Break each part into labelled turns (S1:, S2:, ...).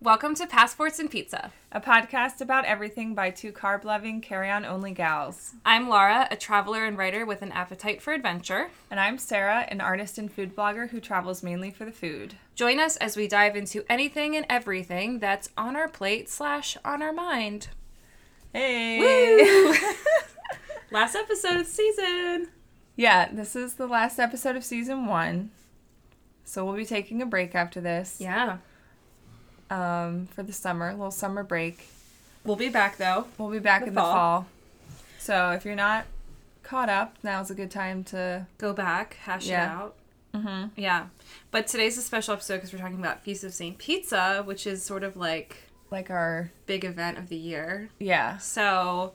S1: Welcome to Passports and Pizza.
S2: a podcast about everything by two carb loving, carry on only gals.
S1: I'm Laura, a traveler and writer with an appetite for adventure.
S2: And I'm Sarah, an artist and food blogger who travels mainly for the food.
S1: Join us as we dive into anything and everything that's on our plate slash on our mind.
S2: Hey!
S1: Last episode of the season.
S2: yeah, this is the last episode of season one. So we'll be taking a break after this
S1: Yeah.
S2: um, for the summer, a little summer break.
S1: We'll be back though.
S2: We'll be back
S1: The
S2: in the
S1: fall.
S2: fall. So if you're not caught up, now's a good time to.
S1: Go back, hash it
S2: Yeah.
S1: out. Mm-hmm. Yeah. But today's a special episode because we're talking about Feast of St. Pizza, which is sort of like
S2: Like our.
S1: big event of the year.
S2: Yeah.
S1: So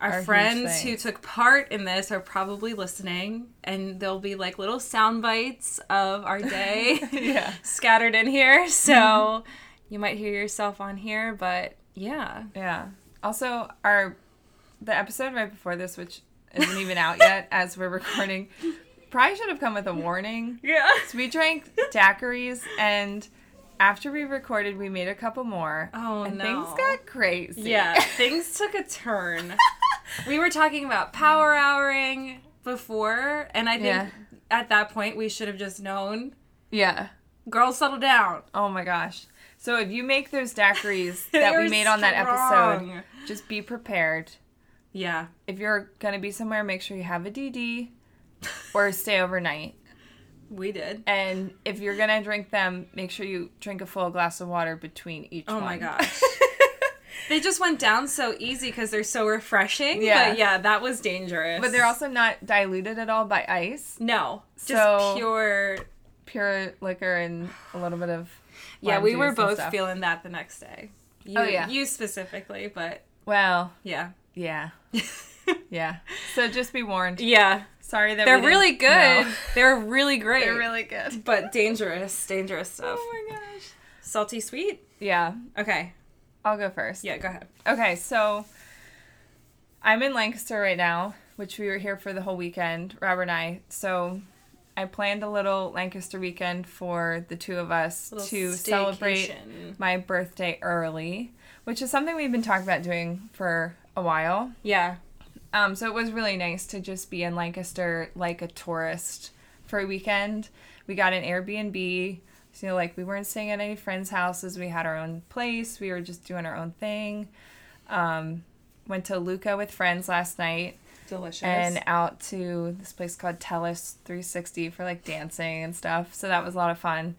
S1: our,
S2: Our huge
S1: friends who
S2: thanks.
S1: took part in this are probably listening and there'll be like little sound bites of our day
S2: Yeah.
S1: scattered in here.
S2: Mm-hmm.
S1: So you might hear yourself on here, but yeah.
S2: Yeah. Also, our the episode right before this, which isn't even out yet as we're recording, probably should have come with a warning.
S1: Yeah.
S2: So we drank daiquiris, and after we recorded, we made a couple more.
S1: Oh,
S2: and
S1: no.
S2: Things got crazy.
S1: Yeah, things took a turn. we were talking about power houring before, and I think
S2: Yeah.
S1: at that point we should have just known.
S2: yeah.
S1: Girls, settle down.
S2: Oh my gosh. So if you make those daiquiris that
S1: They
S2: we
S1: were
S2: made on that episode,
S1: strong.
S2: just be prepared.
S1: Yeah.
S2: If you're gonna be somewhere, make sure you have a DD or stay overnight.
S1: We did.
S2: And if you're gonna drink them, make sure you drink a full glass of water between each
S1: Oh
S2: one.
S1: my gosh. they just went down so easy because they're so refreshing.
S2: Yeah.
S1: But yeah, that was dangerous.
S2: But they're also not diluted at all by ice.
S1: no, just
S2: So-
S1: pure.
S2: Pure liquor and a little bit of
S1: Yeah,
S2: lime
S1: we were
S2: juice and
S1: both
S2: stuff.
S1: feeling that the next day. You,
S2: Oh, yeah.
S1: you specifically, but
S2: Well,
S1: yeah,
S2: yeah, yeah. So just be warned.
S1: yeah.
S2: Sorry that
S1: They're
S2: we didn't
S1: really good.
S2: know.
S1: They're really great.
S2: They're really good.
S1: but dangerous, dangerous stuff.
S2: Oh my gosh.
S1: Salty sweet.
S2: Yeah,
S1: Okay.
S2: I'll go first.
S1: Yeah, go ahead.
S2: Okay, so I'm in Lancaster right now, which we were here for the whole weekend, Robert and I. So I planned a little Lancaster weekend for the two of us
S1: Little
S2: to celebrate
S1: staycation.
S2: my birthday early, which is something we've been talking about doing for a while.
S1: Yeah.
S2: Um, so it was really nice to just be in Lancaster like a tourist for a weekend. We got an Airbnb. So, you know, like we weren't staying at any friends' houses. We had our own place. We were just doing our own thing. Um, went to Luca with friends last night
S1: Delicious.
S2: and out to this place called Tellus 360 for like dancing and stuff. So that was a lot of fun.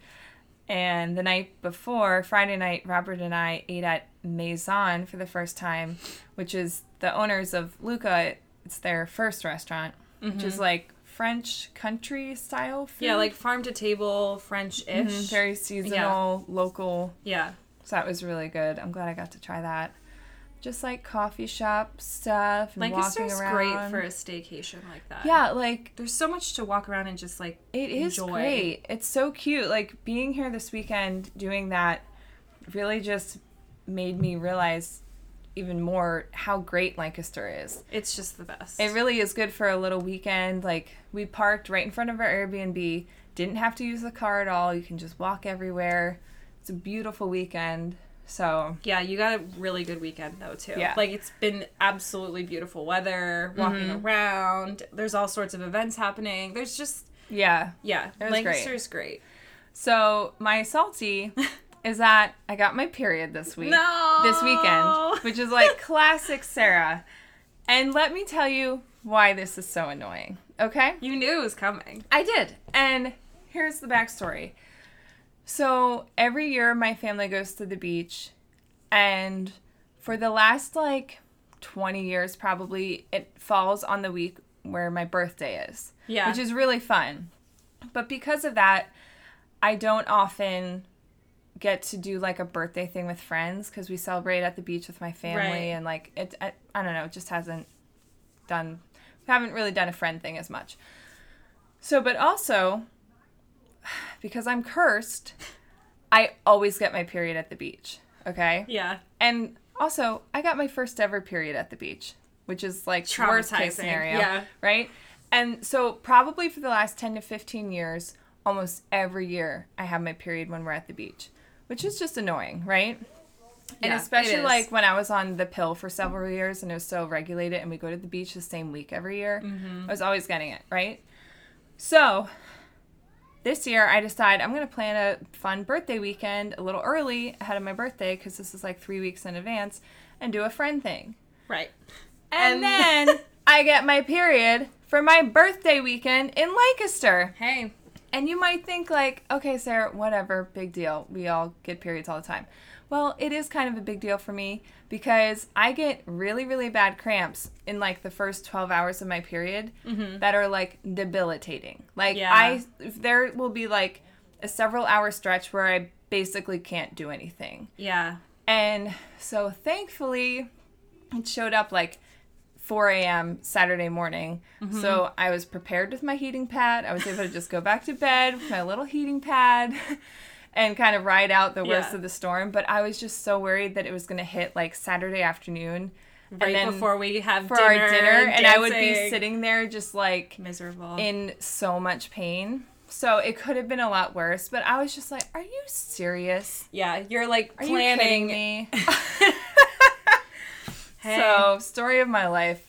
S2: And the night before, Friday night, Robert and I ate at Maison for the first time, which is the owners of Luca. It's their first restaurant, which is like French country style food.
S1: Mm-hmm.
S2: Mm-hmm.
S1: yeah, like farm to table, French ish.
S2: very seasonal, local.
S1: yeah.
S2: So that was really good. I'm glad I got to try that. Just like coffee shop stuff and
S1: Lancaster's
S2: walking
S1: great
S2: around.
S1: for a staycation like that.
S2: yeah, like
S1: There's so much to walk around and just like
S2: It is
S1: enjoy.
S2: great. It's so cute. Like being here this weekend doing that really just made me realize even more how great Lancaster is.
S1: It's just the best.
S2: It really is good for a little weekend. Like we parked right in front of our Airbnb, didn't have to use the car at all. You can just walk everywhere. It's a beautiful weekend. So,
S1: yeah, you got a really good weekend though too.
S2: Yeah.
S1: Like it's been absolutely beautiful weather, walking
S2: Mm-hmm.
S1: around. There's all sorts of events happening. There's just
S2: yeah.
S1: yeah,
S2: was great.
S1: Lancaster's great.
S2: So, my salty is that I got my period this week.
S1: No.
S2: this weekend, which is like classic Sarah. And let me tell you why this is so annoying. Okay?
S1: you knew it was coming.
S2: I did. And here's the backstory. So every year my family goes to the beach, and for the last like 20 years, probably, it falls on the week where my birthday is.
S1: Yeah.
S2: Which is really fun. But because of that, I don't often get to do like a birthday thing with friends because we celebrate at the beach with my family
S1: Right.
S2: and like it I, I don't know it just hasn't done we haven't really done a friend thing as much so but also because i'm cursed i always get my period at the beach okay
S1: Yeah.
S2: and also I got my first ever period at the beach, which is like worst
S1: Traumatizing,
S2: case scenario,
S1: yeah.
S2: right? And so probably for the last 10 to 15 years, almost every year I have my period when we're at the beach, which is just annoying, right? And
S1: Yeah, it
S2: especially
S1: is.
S2: like when I was on the pill for several years and it was so regulated, and we go to the beach the same week every year, I was always getting it, right? So this year I decide I'm going to plan a fun birthday weekend a little early ahead of my birthday because this is like three weeks in advance and do a friend thing.
S1: Right. And-
S2: And, then I get my period for my birthday weekend in Lancaster.
S1: Hey.
S2: And you might think like, okay, Sarah, whatever, big deal. We all get periods all the time. Well, it is kind of a big deal for me because I get really, really bad cramps in like the first 12 hours of my period that are like debilitating. Like
S1: Yeah.
S2: I there will be like a several hour stretch where I basically can't do anything.
S1: Yeah.
S2: And so thankfully, it showed up like 4 a.m. Saturday morning.
S1: Mm-hmm.
S2: So I was prepared with my heating pad. I was able to just go back to bed with my little heating pad and kind of ride out the worst
S1: Yeah.
S2: of the storm. But I was just so worried that it was going to hit like Saturday afternoon. and
S1: Right
S2: then
S1: before we have
S2: for
S1: dinner,
S2: our dinner. And I would be
S1: dancing.
S2: sitting there just like
S1: miserable.
S2: in so much pain. So it could have been a lot worse. But I was just like, are you serious?
S1: yeah, you're like
S2: Are you
S1: planning.
S2: kidding me?
S1: Hey.
S2: So, story of my life.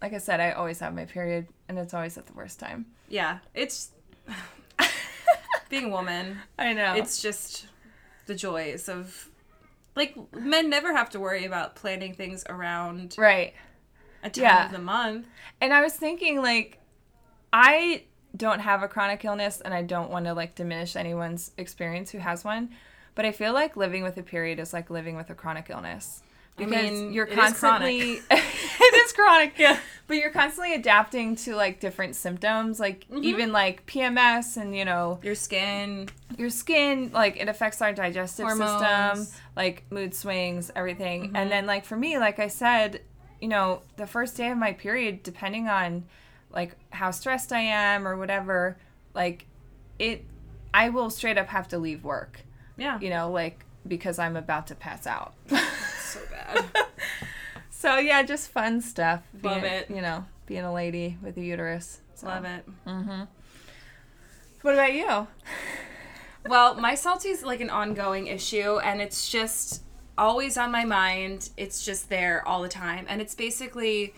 S2: Like I said, I always have my period, and it's always at the worst time.
S1: yeah, it's being a woman.
S2: I know. It's
S1: It's just the joys of like men never have to worry about planning things around
S2: right.
S1: a time
S2: Yeah.
S1: of the month.
S2: And I was thinking, like, I don't have a chronic illness, and I don't want to like diminish anyone's experience who has one, but I feel like living with a period is like living with a chronic illness. Because
S1: mean,
S2: you're
S1: it is chronic.
S2: constantly, it is chronic. Yeah. But you're constantly adapting to like different symptoms, like
S1: Mm-hmm.
S2: even like PMS and you know
S1: Your skin,
S2: your skin like it affects our digestive
S1: Hormones. Mm-hmm.
S2: system like mood swings everything and then like for me like i said you know the first day of my period depending on like how stressed i am or whatever like it i will straight up have to leave work
S1: yeah,
S2: you know like because i'm about to pass out
S1: so bad.
S2: so yeah just fun stuff
S1: Love
S2: being,
S1: it.
S2: you know being a lady with a uterus so. Mm-hmm.
S1: Love it.
S2: what about you
S1: Well, my salty is like an ongoing issue, and it's just always on my mind. It's just there all the time, and it's basically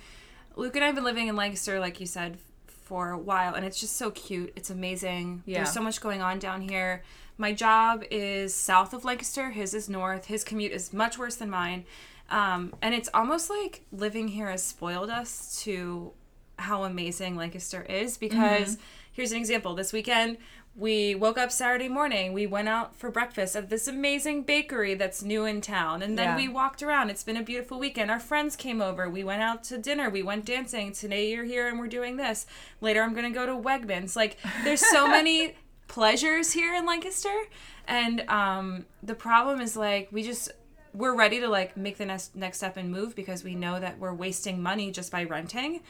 S1: Luke and I have been living in Lancaster, like you said, for a while, and it's just so cute. It's amazing.
S2: Yeah.
S1: There's so much going on down here. My job is south of Lancaster. His is north. His commute is much worse than mine, um, and it's almost like living here has spoiled us to how amazing Lancaster is because here's an example. This weekend, we woke up Saturday morning. We went out for breakfast at this amazing bakery that's new in town. And then
S2: Yeah.
S1: we walked around. It's been a beautiful weekend. Our friends came over. We went out to dinner. We went dancing. Today you're here and we're doing this. Later I'm going to go to Wegmans. Like there's so many pleasures here in Lancaster. And um, the problem is like we just we're ready to like make the next next step and move because we know that we're wasting money just by renting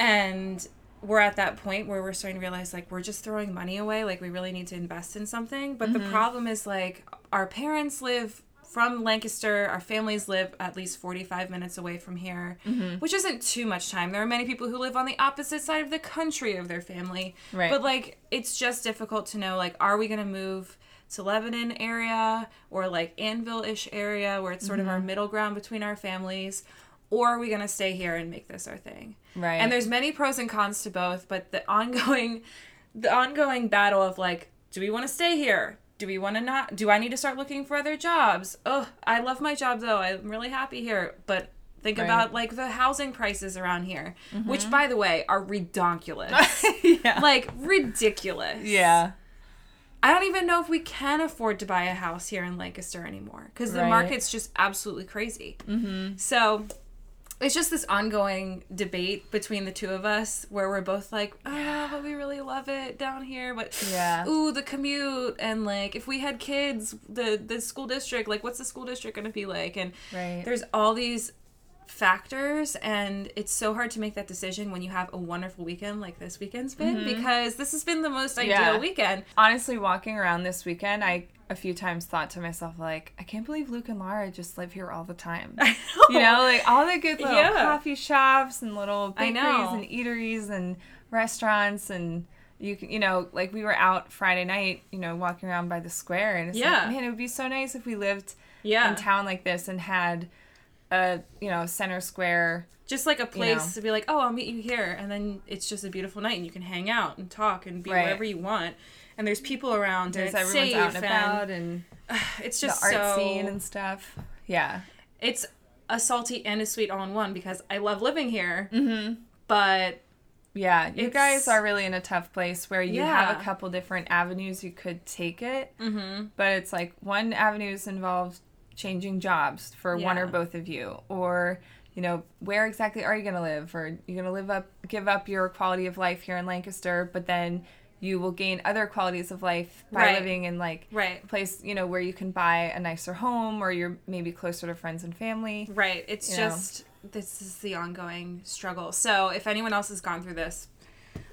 S1: and we're at that point where we're starting to realize like we're just throwing money away like we really need to invest in something but the problem is like our parents live from lancaster our families live at least 45 minutes away from here which isn't too much time there are many people who live on the opposite side of the country of their family
S2: Right.
S1: but like it's just difficult to know like are we going to move to lebanon area or like anvil-ish area where it's sort of our middle ground between our families or are we going to stay here and make this our thing
S2: Right.
S1: and there's many pros and cons to both, but the ongoing the ongoing battle of like, do we want to stay here? Do we want to not? Do I need to start looking for other jobs? Oh, I love my job though. I'm really happy here, but think
S2: Right. Mm-hmm.
S1: about like the housing prices around here, which by the way are redonkulous.
S2: yeah
S1: like ridiculous.
S2: yeah
S1: I don't even know if we can afford to buy a house here in Lancaster anymore because the
S2: Right.
S1: market's just absolutely crazy. Mm-hmm. So it's just this ongoing debate between the two of us where we're both like, oh, but we really love it down here, but
S2: Yeah.
S1: ooh, the commute and like if we had kids, the the school district, like what's the school district gonna be like? And
S2: right
S1: there's all these factors and it's so hard to make that decision when you have a wonderful weekend like this weekend's been because this has been the most ideal
S2: Mm-hmm. Yeah.
S1: weekend
S2: honestly walking around this weekend i a few times thought to myself like i can't believe luke and lara just live here all the time you know like all the good little
S1: Yeah.
S2: coffee shops and little
S1: I
S2: bakeries
S1: know.
S2: and eateries and restaurants and you can you know like we were out friday night you know walking around by the square and it's
S1: Yeah.
S2: like man it would be so nice if we lived
S1: Yeah.
S2: in town like this and had a you know center square
S1: just like a place
S2: know.
S1: to be like, oh, I'll meet you here, and then it's just a beautiful night, and you can hang out and talk and be
S2: Right.
S1: wherever you want, and there's people around,
S2: there's
S1: and it's
S2: everyone's out
S1: safe,
S2: and about and
S1: and it's
S2: the
S1: just
S2: art
S1: so
S2: scene and stuff yeah
S1: it's a salty and a sweet all in one because I love living here, mm-hmm. but
S2: yeah you
S1: It's-
S2: guys are really in a tough place where you have
S1: Yeah.
S2: a couple different avenues you could take it mm-hmm. but it's like one avenue is involved changing jobs for one
S1: Yeah.
S2: or both of you or you know where exactly are you going to live or you're going to live up give up your quality of life here in lancaster but then you will gain other qualities of life by
S1: Right.
S2: living in like
S1: right,
S2: a place you know where you can buy a nicer home or you're maybe closer to friends and family
S1: right, it's
S2: You know.
S1: just this is the ongoing struggle. So if anyone else has gone through this,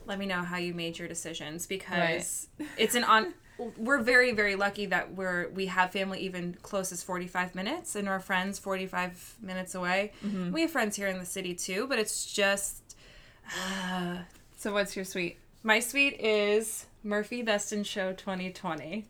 S1: let me know how you made your decisions because it's an on. We're very very lucky that we're we have family even close as 45 minutes and our friends 45 minutes away.
S2: Mm-hmm.
S1: We have friends here in the city too, but it's just uh,
S2: so what's your sweet
S1: my suite is Murphy Best in Show 2020.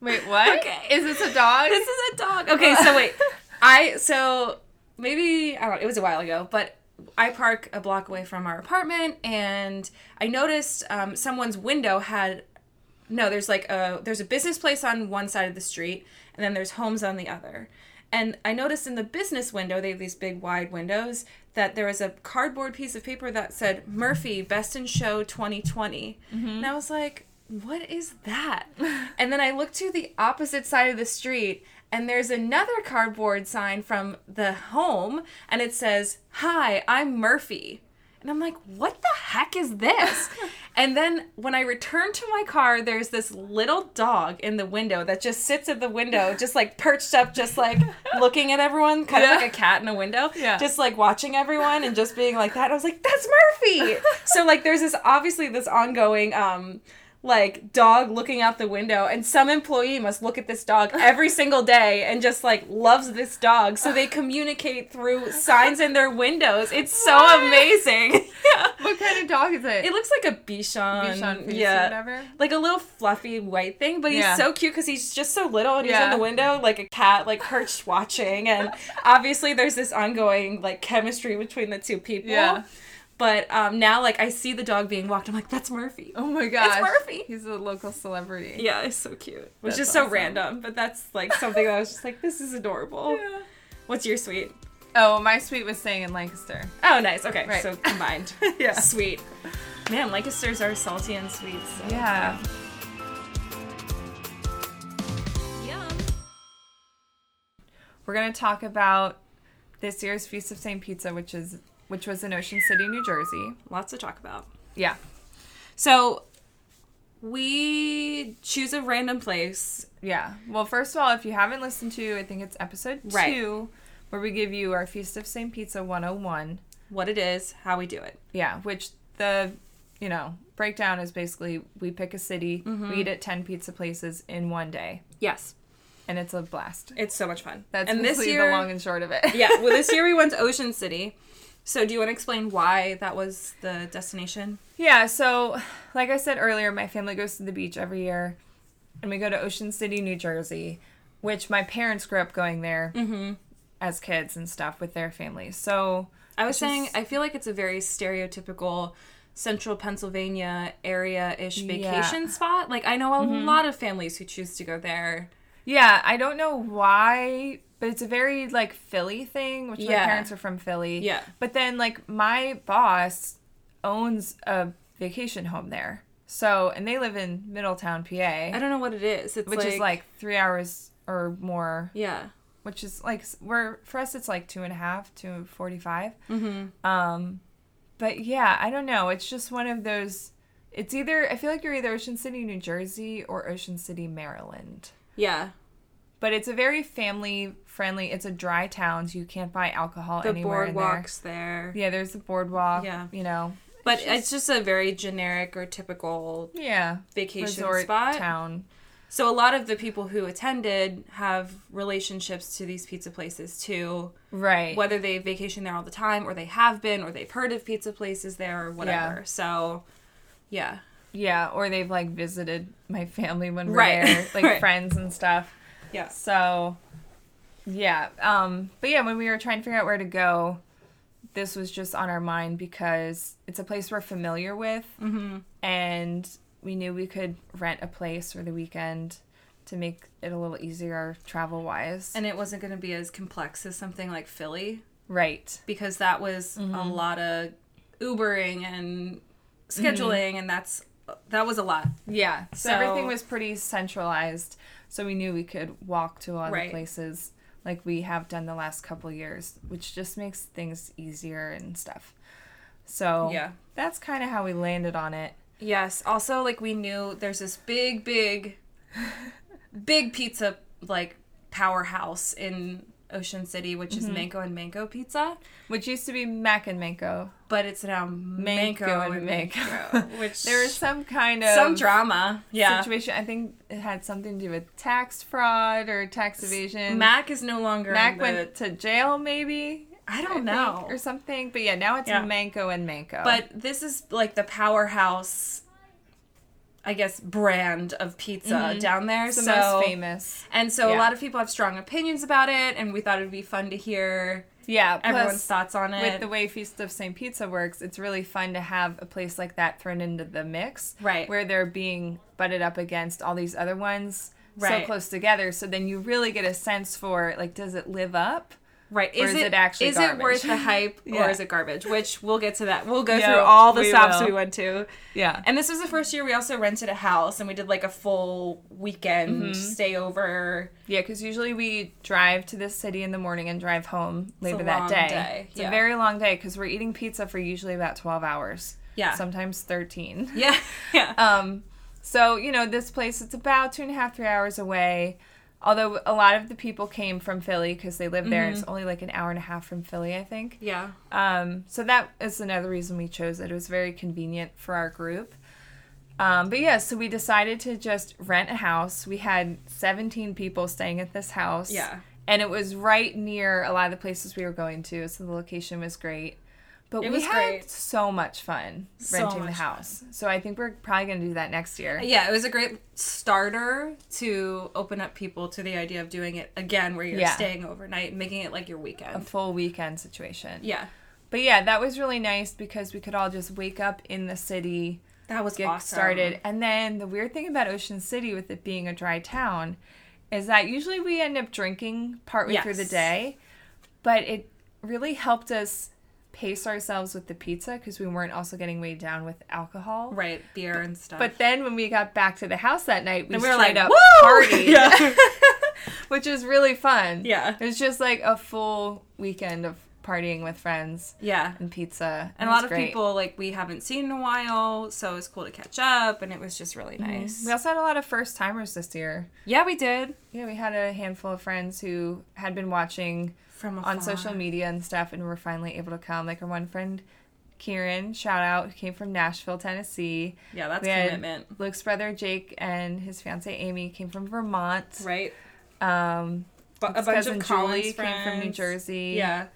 S2: wait what is
S1: Okay.
S2: this a dog
S1: this is a dog. Okay, so wait. I so maybe I don't know, it was a while ago, but I park a block away from our apartment and I noticed um, someone's window had no, there's like a there's a business place on one side of the street and then there's homes on the other. And I noticed in the business window, they have these big wide windows, that there was a cardboard piece of paper that said Murphy Best in Show 2020.
S2: Mm-hmm.
S1: And I was like, what is that? and then I looked to the opposite side of the street and there's another cardboard sign from the home and it says, "Hi, I'm Murphy." And I'm like, what the heck is this? and then when I return to my car, there's this little dog in the window that just sits at the window, just like perched up, just like looking at everyone, kind
S2: Yeah.
S1: of like a cat in a window,
S2: Yeah.
S1: just like watching everyone and just being like that. I was like, that's Murphy. so like there's this obviously this ongoing um like dog looking out the window and some employee must look at this dog every single day and just like loves this dog so they communicate through signs in their windows it's so
S2: What?
S1: amazing yeah.
S2: What kind of dog is it?
S1: it looks like a bichon,
S2: Bichon Frise or
S1: yeah
S2: whatever.
S1: like a little fluffy white thing, but he's
S2: Yeah.
S1: so cute because he's just so little and he's
S2: Yeah.
S1: in the window like a cat, like perched watching. And obviously, there's this ongoing like chemistry between the two people.
S2: Yeah.
S1: But um, now, like, I see the dog being walked. I'm like, that's Murphy.
S2: Oh my gosh.
S1: Murphy.
S2: He's a local celebrity.
S1: Yeah, it's so cute. Which
S2: That's
S1: is so
S2: awesome.
S1: random, but that's like something that I was just like, this is adorable. What's your sweet?
S2: Oh, my sweet was staying in Lancaster.
S1: Oh, nice. Okay,
S2: Right.
S1: so combined.
S2: Yeah.
S1: Sweet. Man, Lancasters are salty and sweet. So.
S2: Yeah.
S1: Yum.
S2: We're gonna talk about this year's Feast of St. Pizza, which is which was in Ocean City, New Jersey.
S1: Lots to talk about.
S2: Yeah.
S1: So we choose a random place.
S2: Yeah. Well, first of all, if you haven't listened to, I think it's episode
S1: Right.
S2: two, where we give you our Feast of St. Pizza 101.
S1: What it is, how we do it.
S2: Yeah, which the you know breakdown is basically we pick a city, we eat at ten pizza places in one day,
S1: Mm-hmm. Yes,
S2: and it's a blast.
S1: it's so much fun.
S2: That's
S1: and this
S2: basically
S1: year,
S2: the long and short of it.
S1: yeah. Well, this year we went to Ocean City. So do you want to explain why that was the destination?
S2: Yeah, so like I said earlier, my family goes to the beach every year, and we go to Ocean City, New Jersey, which my parents grew up going there as kids and stuff with their families. So
S1: I was
S2: It's
S1: saying
S2: just-
S1: I feel like it's a very stereotypical central Pennsylvania area ish
S2: Yeah. Mm-hmm.
S1: vacation spot. Like I know a lot of families who choose to go there.
S2: yeah, I don't know why, but it's a very like Philly thing, which my
S1: Yeah.
S2: parents are from Philly.
S1: Yeah.
S2: But then like my boss owns a vacation home there. So and they live in Middletown, PA,
S1: I don't know what it is. It's
S2: which is like three hours or more
S1: yeah.
S2: which is like s- we're for us it's like two and a half to 45 um but yeah i don't know it's just one of those it's either i feel like you're either ocean city new jersey or ocean city maryland
S1: Yeah.
S2: but it's a very family friendly it's a dry town so you can't buy alcohol
S1: The
S2: anywhere in there
S1: boardwalks there.
S2: yeah there's the boardwalk
S1: Yeah.
S2: you know
S1: But it's just a very generic or typical
S2: yeah
S1: vacation
S2: resort
S1: spot.
S2: town
S1: So a lot of the people who attended have relationships to these pizza places too,
S2: right
S1: whether they vacation there all the time or they have been or they've heard of pizza places there or whatever. So yeah.
S2: yeah, or they've like visited my family when we're
S1: Right.
S2: there, like
S1: Right.
S2: friends and stuff.
S1: Yeah.
S2: So, yeah. Um, but yeah, when we were trying to figure out where to go, this was just on our mind because it's a place we're familiar with,
S1: Mm-hmm.
S2: and we knew we could rent a place for the weekend to make it a little easier travel wise.
S1: And it wasn't going to be as complex as something like Philly
S2: Right. Mm-hmm.
S1: because that was a lot of Ubering and scheduling, and that's that was a lot.
S2: Yeah. So,
S1: So-
S2: everything was pretty centralized, so we knew we could walk to a lot
S1: Right.
S2: of places like we have done the last couple years, which just makes things easier and stuff. So
S1: Yeah.
S2: that's kind of how we landed on it.
S1: Yes. Also, like we knew there's this big, big, big pizza like powerhouse in Ocean City, which is Manco and Manco Pizza,
S2: Mm-hmm. Which used to be Mac and Manco.
S1: but it's now Manco,
S2: and
S1: and
S2: Manco.
S1: Manco, which
S2: There was some kind of
S1: some drama. Yeah.
S2: situation. I think it had something to do with tax fraud or tax evasion.
S1: Mac is no longer
S2: Mac
S1: in the-
S2: went to jail, maybe.
S1: I
S2: I
S1: don't
S2: think,
S1: know.
S2: or something. But yeah, now it's
S1: Yeah.
S2: Manco and Manco.
S1: But this is like the powerhouse, I guess, brand of pizza uh, down there.
S2: Mm-hmm. it's the
S1: so
S2: most famous.
S1: and so a
S2: Yeah.
S1: lot of people have strong opinions about it, and we thought it would be fun to hear
S2: Yeah, plus,
S1: everyone's thoughts on it.
S2: With the way Feast of St. Pizza works, it's really fun to have a place like that thrown into the mix.
S1: Right.
S2: Where they're being butted up against all these other ones
S1: Right.
S2: so close together. So then you really get a sense for, like, does it live up?
S1: right? Is,
S2: is it actually
S1: is it
S2: garbage?
S1: worth the hype
S2: Yeah.
S1: or is it garbage? Which we'll get to that. We'll go
S2: Yeah,
S1: through all the
S2: we
S1: stops
S2: will.
S1: we went to.
S2: Yeah.
S1: And this was the first year we also rented a house, and we did like a full weekend stay over.
S2: Mm-hmm. Yeah, because usually we drive to this city in the morning and drive home later
S1: long
S2: that day.
S1: day,
S2: It's
S1: yeah.
S2: a very long day because we're eating pizza for usually about 12 hours.
S1: Yeah.
S2: Sometimes 13.
S1: Yeah, yeah.
S2: Um, so you know, this place it's about two and a half, three hours away. Although a lot of the people came from Philly because they live there, and
S1: Mm-hmm.
S2: it's only like an hour and a half from Philly, I think.
S1: yeah.
S2: Um, so that is another reason we chose it. It was very convenient for our group. Um, but yeah, so we decided to just rent a house. We had 17 people staying at this house.
S1: Yeah.
S2: And it was right near a lot of the places we were going to, so the location was great. But we
S1: was
S2: had
S1: great.
S2: so much fun renting
S1: much
S2: the house. So I think we're probably going to do that next year.
S1: Yeah, it was a great starter to open up people to the idea of doing it again where you're
S2: Yeah.
S1: staying overnight, making it like your
S2: A
S1: weekend.
S2: full weekend situation.
S1: Yeah.
S2: But yeah, that was really nice because we could all just wake up in the city.
S1: That was
S2: get
S1: awesome.
S2: started. And then the weird thing about Ocean City, with it being a dry town, is that usually we end up drinking partway through the
S1: Yes.
S2: day, but it really helped us pace ourselves with the pizza because we weren't also getting weighed down with alcohol.
S1: Right, beer and stuff.
S2: But then when we got back to the house that night, we,
S1: And
S2: straight up
S1: party.
S2: partied,
S1: yeah.
S2: which is really fun.
S1: Yeah.
S2: it was just like a full weekend of partying with friends
S1: yeah.
S2: and pizza,
S1: And
S2: It
S1: a
S2: was
S1: lot of
S2: great.
S1: people like we haven't seen in a while, so it was cool to catch up and it was just really nice.
S2: Mm-hmm. We also had a lot of first timers this year.
S1: Yeah, we did.
S2: Yeah, we had a handful of friends who had been watching
S1: From afar.
S2: on social media and stuff, and were finally able to come. Like our one friend, Kieran, shout out, who came from Nashville, Tennessee.
S1: Yeah, that's
S2: We had
S1: commitment.
S2: Luke's brother Jake and his fiance Amy came from Vermont.
S1: Right?
S2: Um,
S1: Bu- a
S2: his
S1: bunch
S2: cousin
S1: of college
S2: Julie came from New
S1: friends.
S2: Jersey.
S1: Yeah.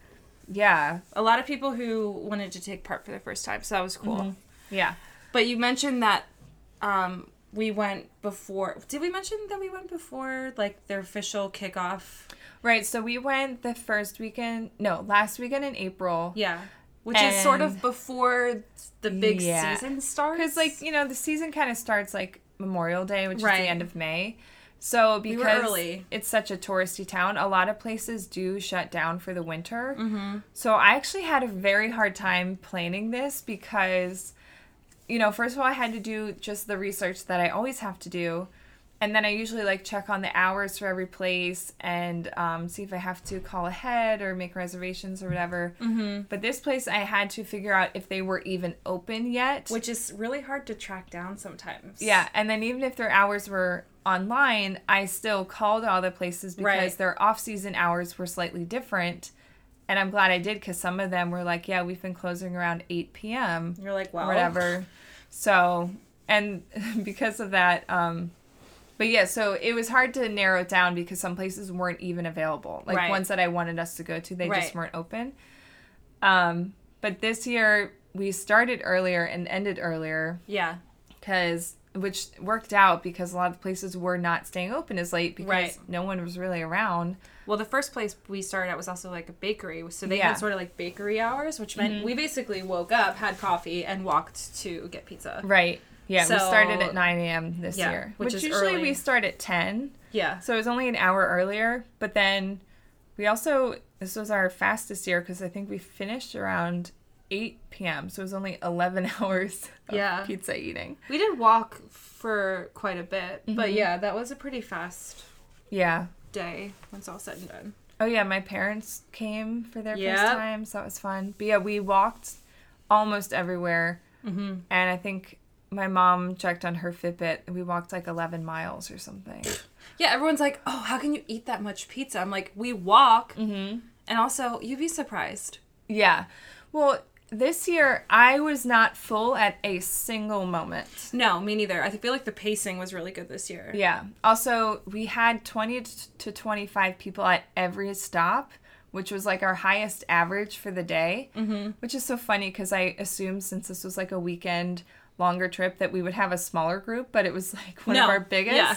S2: yeah,
S1: A lot of people who wanted to take part for the first time, so that was cool.
S2: yeah.
S1: But you mentioned that um, we went before. Did we mention that we went before like their official kickoff?
S2: Right. So we went the first weekend. No, last weekend in April.
S1: Yeah, which is sort of before the big
S2: Yeah.
S1: season starts.
S2: Because like you know the season kind of starts like Memorial Day, which is
S1: Right.
S2: the end of May. So because
S1: were early.
S2: it's such a touristy town, a lot of places do shut down for the winter.
S1: Mm.
S2: Mm-hmm. So I actually had a very hard time planning this because, you know, first of all, I had to do just the research that I always have to do. And then I usually like check on the hours for every place and um, see if I have to call ahead or make reservations or
S1: Mm.
S2: whatever. Mm-hmm. But this place, I had to figure out if they were even open yet.
S1: which is really hard to track down sometimes.
S2: Yeah, and then even if their hours were online, I still called all the places because
S1: Right.
S2: their off-season hours were slightly different. And I'm glad I did because some of them were like, "Yeah, we've been closing around 8 p.m."
S1: you're like wow,
S2: or whatever. So, and because of that, um, but yeah, so it was hard to narrow it down because some places weren't even available. Like
S1: Right.
S2: ones that I wanted us to go to, they
S1: Right.
S2: just weren't open. Um, but this year we started earlier and ended earlier
S1: Yeah,
S2: because which worked out because a lot of the places were not staying open as late because
S1: Right.
S2: no one was really around.
S1: Well, the first place we started at was also like a bakery, so they
S2: Yeah.
S1: had sort of like bakery hours, which meant we basically woke up, had coffee, and walked to get pizza.
S2: Right. Yeah, we started
S1: So-
S2: at 9 a.m. this
S1: Yeah,
S2: year,
S1: which
S2: which,
S1: is
S2: usually
S1: early.
S2: we start at 10.
S1: Yeah.
S2: So it was only an hour earlier, but then we also this was our fastest year because I think we finished around 8 p.m. So it was only 11 hours of
S1: Yeah.
S2: pizza eating.
S1: We did walk for quite a bit, but
S2: Mm-hmm.
S1: yeah, that was a pretty fast
S2: Yeah.
S1: day when it's all said and done.
S2: Oh yeah, my parents came for their
S1: Yep.
S2: first time, so that was fun. But yeah, we walked almost everywhere, mm-hmm. and I think my mom checked on her Fitbit. and We walked like 11 miles or something.
S1: Yeah, everyone's like, "Oh, how can you eat that much pizza?" I'm like, "We walk."
S2: Mm-hmm.
S1: And also, you'd be surprised.
S2: yeah. Well, this year I was not full at a single moment.
S1: No, me neither. I feel like the pacing was really good this year.
S2: Yeah. Also, we had 20 t- to 25 people at every stop, which was like our highest average for the day, mm-hmm. which is so funny because I assumed since this was like a weekend longer trip that we would have a smaller group, but it was like one
S1: No.
S2: of our biggest.
S1: Yeah.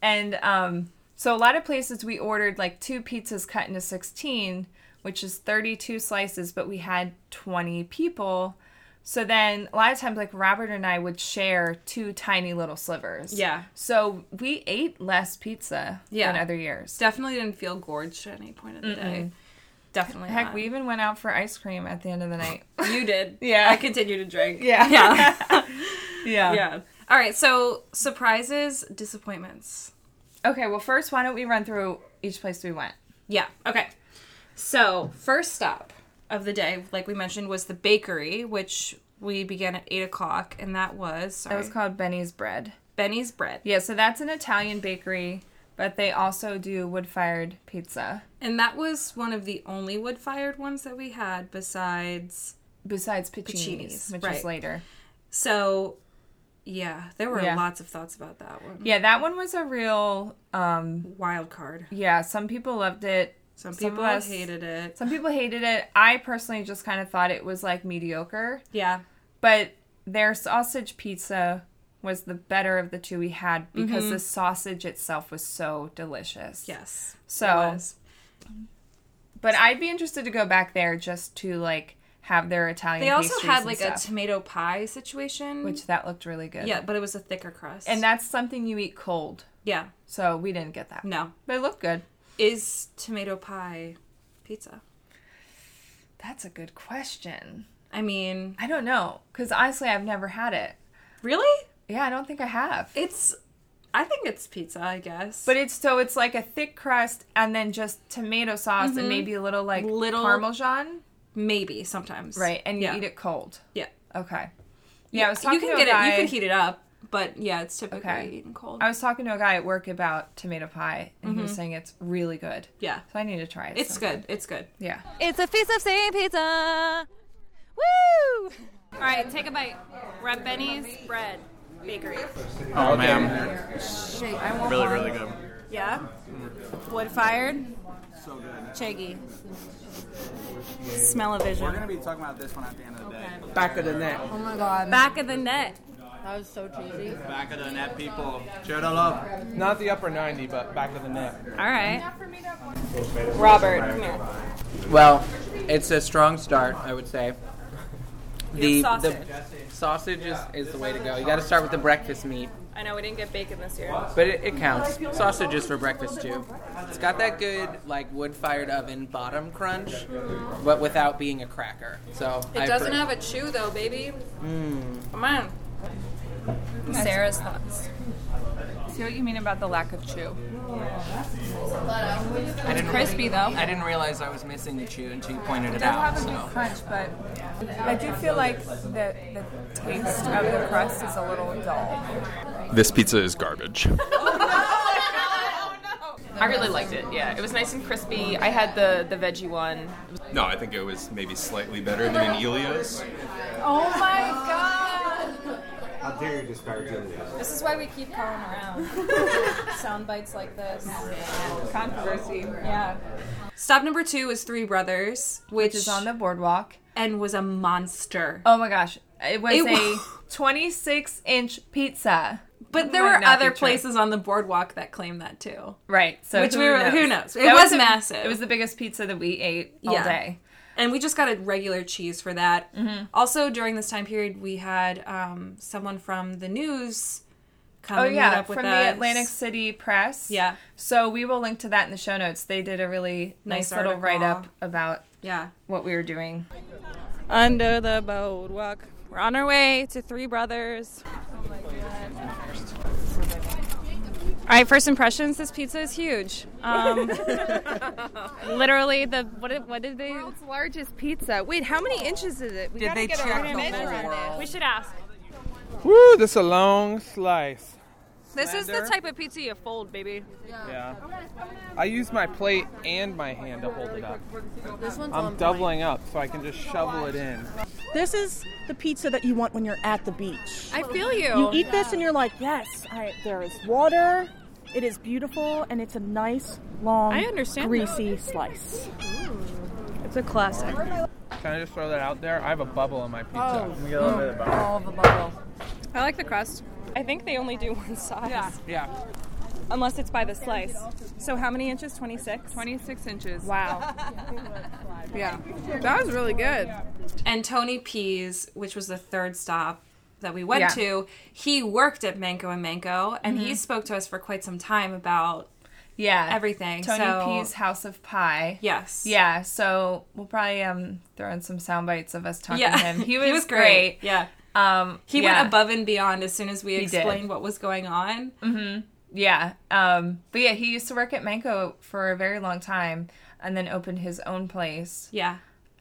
S2: And um, so a lot of places we ordered like two pizzas cut into 16, which is 32 slices, but we had 20 people. So then a lot of times, like Robert and I would share two tiny little slivers.
S1: Yeah.
S2: So we ate less pizza
S1: Yeah.
S2: than other years.
S1: Definitely didn't feel gorged at any point of the day. Definitely.
S2: Heck,
S1: not.
S2: we even went out for ice cream at the end of the night.
S1: You did.
S2: Yeah.
S1: I continued to drink.
S2: Yeah.
S1: Yeah.
S2: yeah.
S1: yeah. All right. So surprises, disappointments.
S2: Okay, well, first, why don't we run through each place we went?
S1: Yeah. Okay. So first stop of the day, like we mentioned, was the bakery, which we began at eight o'clock, and that was
S2: It
S1: sorry,
S2: was called Benny's Bread.
S1: Benny's Bread,
S2: Yeah, so that's an Italian bakery, but they also do wood fired pizza.
S1: and that was one of the only wood-fired ones that we had besides.
S2: Besides Puccini's,
S1: Puccini's,
S2: which
S1: right.
S2: is later.
S1: So, yeah, there were
S2: Yeah.
S1: lots of thoughts about that one.
S2: Yeah, that one was a real. Um,
S1: Wild card.
S2: yeah, some people loved it.
S1: Some
S2: Some of
S1: people
S2: us-
S1: hated it.
S2: Some people hated it. I personally just kind of thought it was like mediocre.
S1: Yeah.
S2: But their sausage pizza was the better of the two we had because
S1: Mm-hmm.
S2: the sausage itself was so delicious.
S1: Yes. it
S2: So,
S1: was.
S2: but I'd be interested to go back there just to like have their Italian.
S1: They also
S2: pastries
S1: had
S2: and
S1: like
S2: stuff,
S1: a tomato pie situation.
S2: which that looked really good.
S1: yeah, but it was a thicker crust.
S2: and that's something you eat cold,
S1: yeah,
S2: so we didn't get that.
S1: no,
S2: But it looked good.
S1: is tomato pie pizza?
S2: That's a good question.
S1: I mean,
S2: I don't know because honestly, I've never had it.
S1: really?
S2: Yeah, I don't think I have.
S1: It's, I think it's pizza. I guess,
S2: But it's so it's like a thick crust and then just tomato sauce and maybe a little like
S1: Mm-hmm. Little-
S2: parmesan,
S1: maybe sometimes.
S2: right? And you
S1: yeah.
S2: eat it cold.
S1: Yeah,
S2: Okay. Yeah, I was
S1: you
S2: talking
S1: can
S2: to
S1: get
S2: a guy.
S1: it. You can heat it up, but yeah, it's typically
S2: Okay.
S1: eaten cold. Mm-hmm.
S2: I was talking to a guy at work about tomato pie, and he was saying it's really good.
S1: yeah,
S2: So I need to try it.
S1: it's
S2: sometime.
S1: good. It's good.
S2: Yeah.
S3: It's a feast of St. Pizza! Woo!
S4: All right, take a bite. We're at Benny's Bread Bakery.
S5: Oh, man. Really, really good.
S4: Yeah? Wood fired? So good. Cheggy. Smell of
S6: We're
S4: vision.
S6: gonna be talking about this one at the end of the day.
S7: back of the net.
S8: Oh my god.
S4: Back of the net.
S8: That was so cheesy.
S6: Back of the net, people. Cheer it all up.
S7: Not the upper 90, but back of the net.
S4: All right. Robert, come here.
S7: Well, it's a strong start, I would say. The,
S4: sausage.
S7: the sausage is, is the way to go. You got to start with the breakfast meat,
S4: I know we didn't get bacon this year.
S7: but it, it counts. Sausage is for breakfast too. It's got that good like wood-fired oven bottom crunch, but without being a cracker. So Hmm.
S1: It doesn't have a chew though, baby. Come on.
S4: Sarah's thoughts.
S2: See what you mean about the lack of chew.
S7: I didn't,
S4: Crispy though.
S7: I didn't realize I was missing the chew until you pointed it
S2: It does
S7: out.
S2: have a good crunch, but I do feel like the, the taste of the crust is a little dull.
S5: This pizza is garbage.
S9: I really liked it. Yeah, it was nice and crispy. I had the the veggie one. It was-
S5: No, I think it was maybe slightly better than an Elio's.
S4: Oh my god!
S10: How dare you disparage Ilios?
S4: This is why we keep calling around. Sound bites like this.
S2: Controversy,
S4: Yeah.
S1: Stop number two is Three Brothers, which,
S2: which is on the boardwalk.
S1: and was a monster.
S2: Oh my gosh, It was
S1: It
S2: a
S1: wa-
S2: 26 inch pizza.
S1: But there
S2: Might
S1: were
S2: not be
S1: other
S2: true.
S1: places on the boardwalk that claimed that too.
S2: Right. So
S1: Which
S2: who
S1: we were-
S2: knows?
S1: who knows? It
S2: That
S1: was
S2: the-
S1: massive.
S2: It was the biggest pizza that we ate all
S1: Yeah.
S2: day.
S1: And we just got a regular cheese for that.
S2: Mm-hmm.
S9: Mm-hmm.
S1: Also, during this time period, we had um, someone from the news come
S2: Oh
S1: and meet
S2: yeah,
S1: up with
S2: from the
S1: us.
S2: Atlantic City Press.
S1: Yeah.
S2: So we will link to that in the show notes. They did a really
S1: Nice
S2: nice, little
S1: article.
S2: write up about
S1: Yeah.
S2: what we were doing.
S1: Under the boardwalk. We're on our way to Three Brothers.
S8: Oh
S1: All right, first impressions. This pizza is huge. Um, literally, the what? Did, what did they?
S8: World's largest pizza. Wait, how many inches is it? We
S11: Did
S8: gotta
S11: they
S8: get a
S11: check
S8: real
S11: the
S8: measure
S11: whole
S8: on this. We should ask.
S11: Woo, this a long slice.
S8: This is the
S11: Slender.
S8: type of pizza you fold, baby.
S11: Yeah. I use my plate and my hand to hold it up.
S12: This one's
S11: I'm
S12: on
S11: doubling up so I can just shovel it in.
S12: This is the pizza that you want when you're at the beach.
S8: I feel you.
S12: You eat this and you're like, yes, I, there is water. It is beautiful and it's a nice, long,
S8: I understand
S12: greasy slice.
S8: It's a classic.
S11: Can I just throw that out there? I have a bubble on my pizza.
S8: Oh.
S11: Let me get a little bit of bubble.
S8: the bubble. I like the crust. I think they only do one size. Yeah.
S11: Yeah.
S8: Unless it's by the slice. So how many inches? 26? 26 inches. Wow. yeah. That was really good.
S1: And Tony Pease, which was the third stop that we went
S2: Yeah.
S1: to, he worked at Manco and Manco, and he
S2: Mhm.
S1: spoke to us for quite some time about
S2: Yeah.
S1: everything.
S2: Tony
S1: so,
S2: P's House of Pie.
S1: Yes.
S2: Yeah. So we'll probably um throw in some sound bites of us talking
S1: Yeah.
S2: to him. He
S1: He
S2: was,
S1: was
S2: great.
S1: great. Yeah.
S2: Um.
S1: He
S2: yeah.
S1: went above and beyond as soon as we
S2: He did.
S1: explained what was going on.
S2: Mm-hmm. Yeah. Um, but yeah, he used to work at Manco for a very long time and then opened his own place.
S1: Yeah.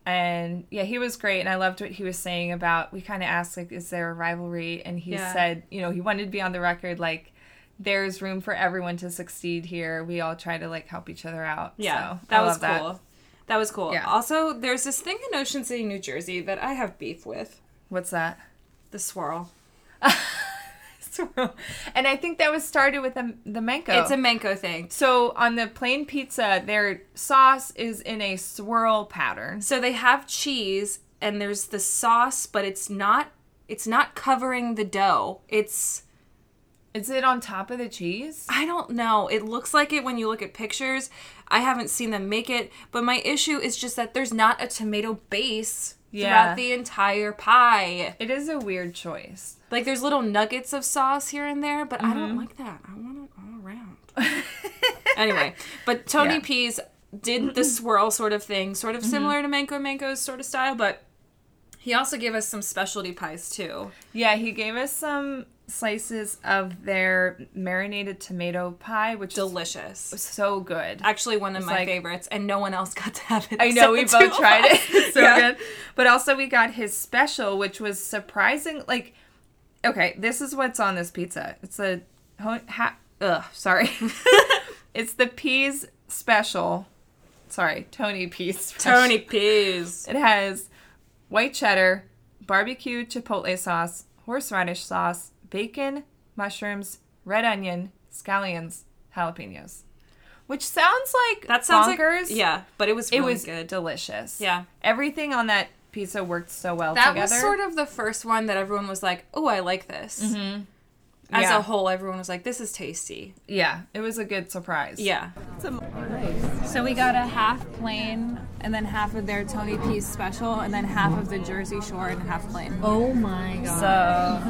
S2: And yeah, he was great. And I loved what he was saying about, we kind of asked, like, is there a rivalry? And he
S1: Yeah.
S2: said, you know, he wanted to be on the record, like, there's room for everyone to succeed here. We all try to, like, help each other out.
S1: Yeah,
S2: So, I
S1: that was
S2: love that.
S1: cool. That was cool.
S2: Yeah.
S1: Also, there's this thing in Ocean City, New Jersey that I have beef with.
S2: What's that?
S1: The swirl.
S2: And I think that was started with the, the Manco.
S1: It's a Manco thing.
S2: So on the plain pizza, their sauce is in a swirl pattern.
S1: So they have cheese and there's the sauce, but it's not it's not covering the dough. It's
S2: Is it on top of the cheese?
S1: I don't know. It looks like it when you look at pictures. I haven't seen them make it, but my issue is just that there's not a tomato base
S2: Yeah.
S1: throughout the entire pie.
S2: It is a weird choice.
S1: Like there's little nuggets of sauce here and there, but I don't
S2: Mhm.
S1: like that. I want it all around. anyway, but Tony
S2: Yeah.
S1: Pease did the swirl sort of thing, sort of
S13: Mm-hmm.
S1: similar to Manco Manco's sort of style, but he also gave us some specialty pies too.
S2: Yeah, he gave us some slices of their marinated tomato pie, which
S1: delicious,
S2: was so good.
S1: Actually, one of
S2: It's
S1: my
S2: like-
S1: favorites, and no one else got to have it.
S2: I know
S1: except
S2: we
S1: the two of
S2: both tried it.
S1: us.
S2: It's so
S1: Yeah.
S2: good. But also we got his special, which was surprising. Like, okay, this is what's on this pizza. It's a ho- ha- ugh, sorry. it's the peas special. Sorry, Tony peas. Special.
S1: Tony peas.
S2: It has white cheddar, barbecue chipotle sauce, horseradish sauce, bacon, mushrooms, red onion, scallions, jalapenos. Which sounds like
S1: That sounds like-
S2: bonkers.
S1: yeah, but it was
S2: it
S1: really
S2: was
S1: good.
S2: delicious.
S1: Yeah.
S2: everything on that pizza worked so well
S1: That
S2: together.
S1: was sort of the first one that everyone was like, "Oh, I like this."
S13: Mm-hmm.
S2: Mhm.
S1: As
S2: Yeah.
S1: a whole, everyone was like, "This is tasty."
S2: yeah, it was a good surprise.
S1: Yeah.
S9: Oh,
S13: So we got a half plain and then half of their Tony P's special and then half of the Jersey Shore and half plain.
S14: Oh my
S13: So,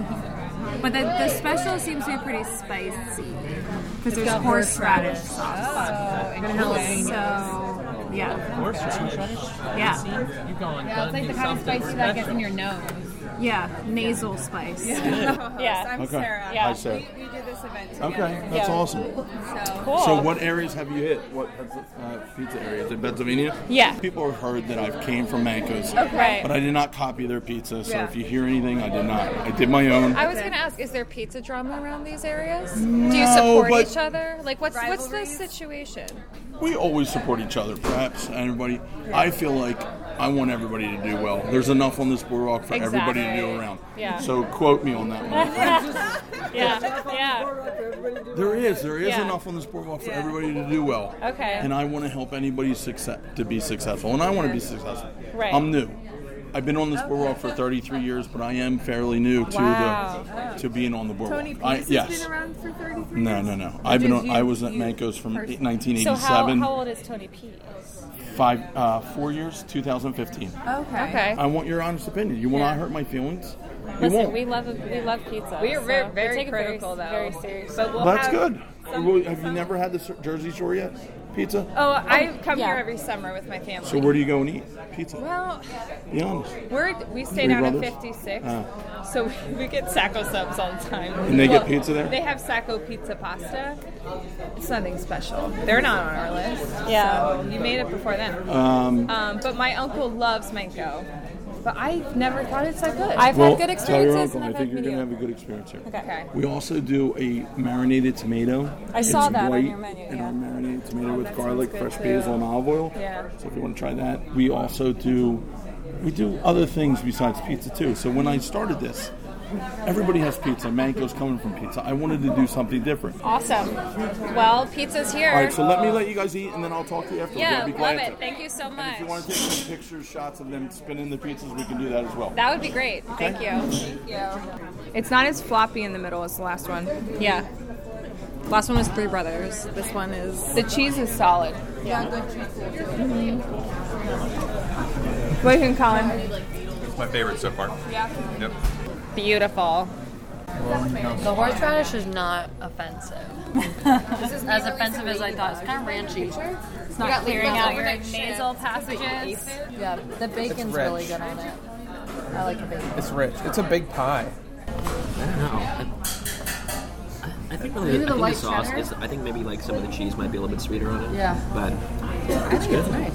S13: but the, the special seems to be pretty spicy because
S14: It's
S13: there's
S14: got
S13: horseradish
S14: horseradish Oh,
S13: sauce. So,
S14: sauce.
S13: so yeah, yeah,
S14: Yeah, it's like the kind of spicy that gets in your nose.
S13: yeah, nasal spice.
S14: Yeah.
S13: yeah,
S14: I'm Okay. Sarah. Hi, Sarah.
S13: We, we did this event together.
S15: Okay, that's awesome. So, what areas have you hit? What uh, pizza areas in Pennsylvania?
S13: Yeah.
S15: People have heard that I've came from Manco's,
S14: Okay. Right.
S15: but I did not copy their pizza. So,
S14: Yeah.
S15: if you hear anything, I did not. I did my own.
S14: I was gonna ask, is there pizza drama around these areas? Do you
S15: No,
S14: support
S15: but-
S14: each other? Like, what's what's the situation?
S15: We always support each other, perhaps everybody. I feel like I want everybody to do well. There's enough on this boardwalk for everybody to do
S14: Exactly.
S15: around.
S14: Yeah.
S15: So, quote me on that one.
S14: yeah, yeah.
S15: There is, there is
S14: Yeah.
S15: enough on this boardwalk for everybody to do well.
S14: Okay.
S15: And I want to help anybody success to be successful, and I want to be successful.
S14: Right.
S15: I'm new. I've been on this boardwalk for 33 years, but I am fairly new to
S8: Wow.
S15: the to being on the boardwalk.
S8: Tony P
S15: I,
S8: has
S15: yes.
S8: been around for 33
S15: No,
S8: years.
S15: no, no. I've been on, I was at Mancos from eight- 1987.
S8: old is Tony P?
S15: Five, uh, four years, 2015.
S8: Okay.
S9: Okay.
S15: I want your honest opinion. You will not hurt my feelings. You
S16: Listen,
S15: won't.
S16: we love we love pizza.
S9: We are
S16: so
S9: very,
S16: we
S9: very
S16: take it
S9: critical, though.
S16: very, Very serious.
S9: But we'll
S15: That's
S9: have-
S15: good. Well, have you never had the Sur- Jersey Shore yet? Pizza.
S9: Oh, I come here every summer with my family.
S15: So where do you go and eat pizza?
S9: Well,
S15: Be honest.
S9: we're, we stay
S15: Three
S9: down at
S15: brothers?
S9: 56,
S15: Ah.
S9: so we, we get Sacco subs all the time.
S15: And they get pizza there?
S9: They have Sacco pizza pasta. It's nothing special. They're not on our list.
S16: Yeah.
S9: so you made it before then.
S15: Um,
S9: but my uncle loves Mango, but I've never thought it's that good.
S15: well, tell your uncle, I think you're going to have a good experience here.
S9: Okay.
S15: We also do a marinated tomato.
S9: I saw
S15: It's
S9: that on
S15: white
S9: your menu,
S15: And
S9: yeah.
S15: our marinated tomato
S9: Oh,
S15: with
S9: that sounds
S15: garlic,
S9: good
S15: fresh
S9: too.
S15: basil, and olive oil.
S9: Yeah.
S15: So if you want to try that, we also do we do other things besides pizza too. So when I started this, everybody has pizza. Mango's coming from pizza. I wanted to do something different.
S16: Awesome. Well, pizza's here.
S15: All right, so let me let you guys eat, and then I'll talk to you afterwards.
S16: Yeah,
S15: I'll be
S16: love
S15: glad
S16: it.
S15: to.
S16: Thank you so much.
S15: If you want to take some pictures, shots of them spinning the pizzas, we can do that as well.
S16: That would be great. Thank you.
S8: It's not as floppy in the middle as the last one.
S13: Yeah. Last one was Three Brothers. This one is
S8: The cheese is solid.
S13: Yeah, good cheese.
S8: What do you think, Colin?
S17: It's my favorite so far.
S8: Yeah.
S17: Yep.
S16: Beautiful.
S18: The horseradish is not offensive. this is as offensive as I thought. It's kind of ranchy.
S16: It's not
S18: We got
S16: clearing
S18: leaves
S16: out
S18: over
S16: your
S18: it.
S16: nasal passages.
S18: Yeah, the bacon's really
S11: rich.
S18: good on it. I like the bacon.
S11: It's rich. It's a big pie.
S5: I don't know. I, I think really, I
S18: Maybe the
S5: think the
S18: white
S5: sauce
S18: cheddar?
S5: is. I think maybe like some of the cheese might be a little bit sweeter on it.
S18: Yeah.
S5: But
S18: I think it's nice.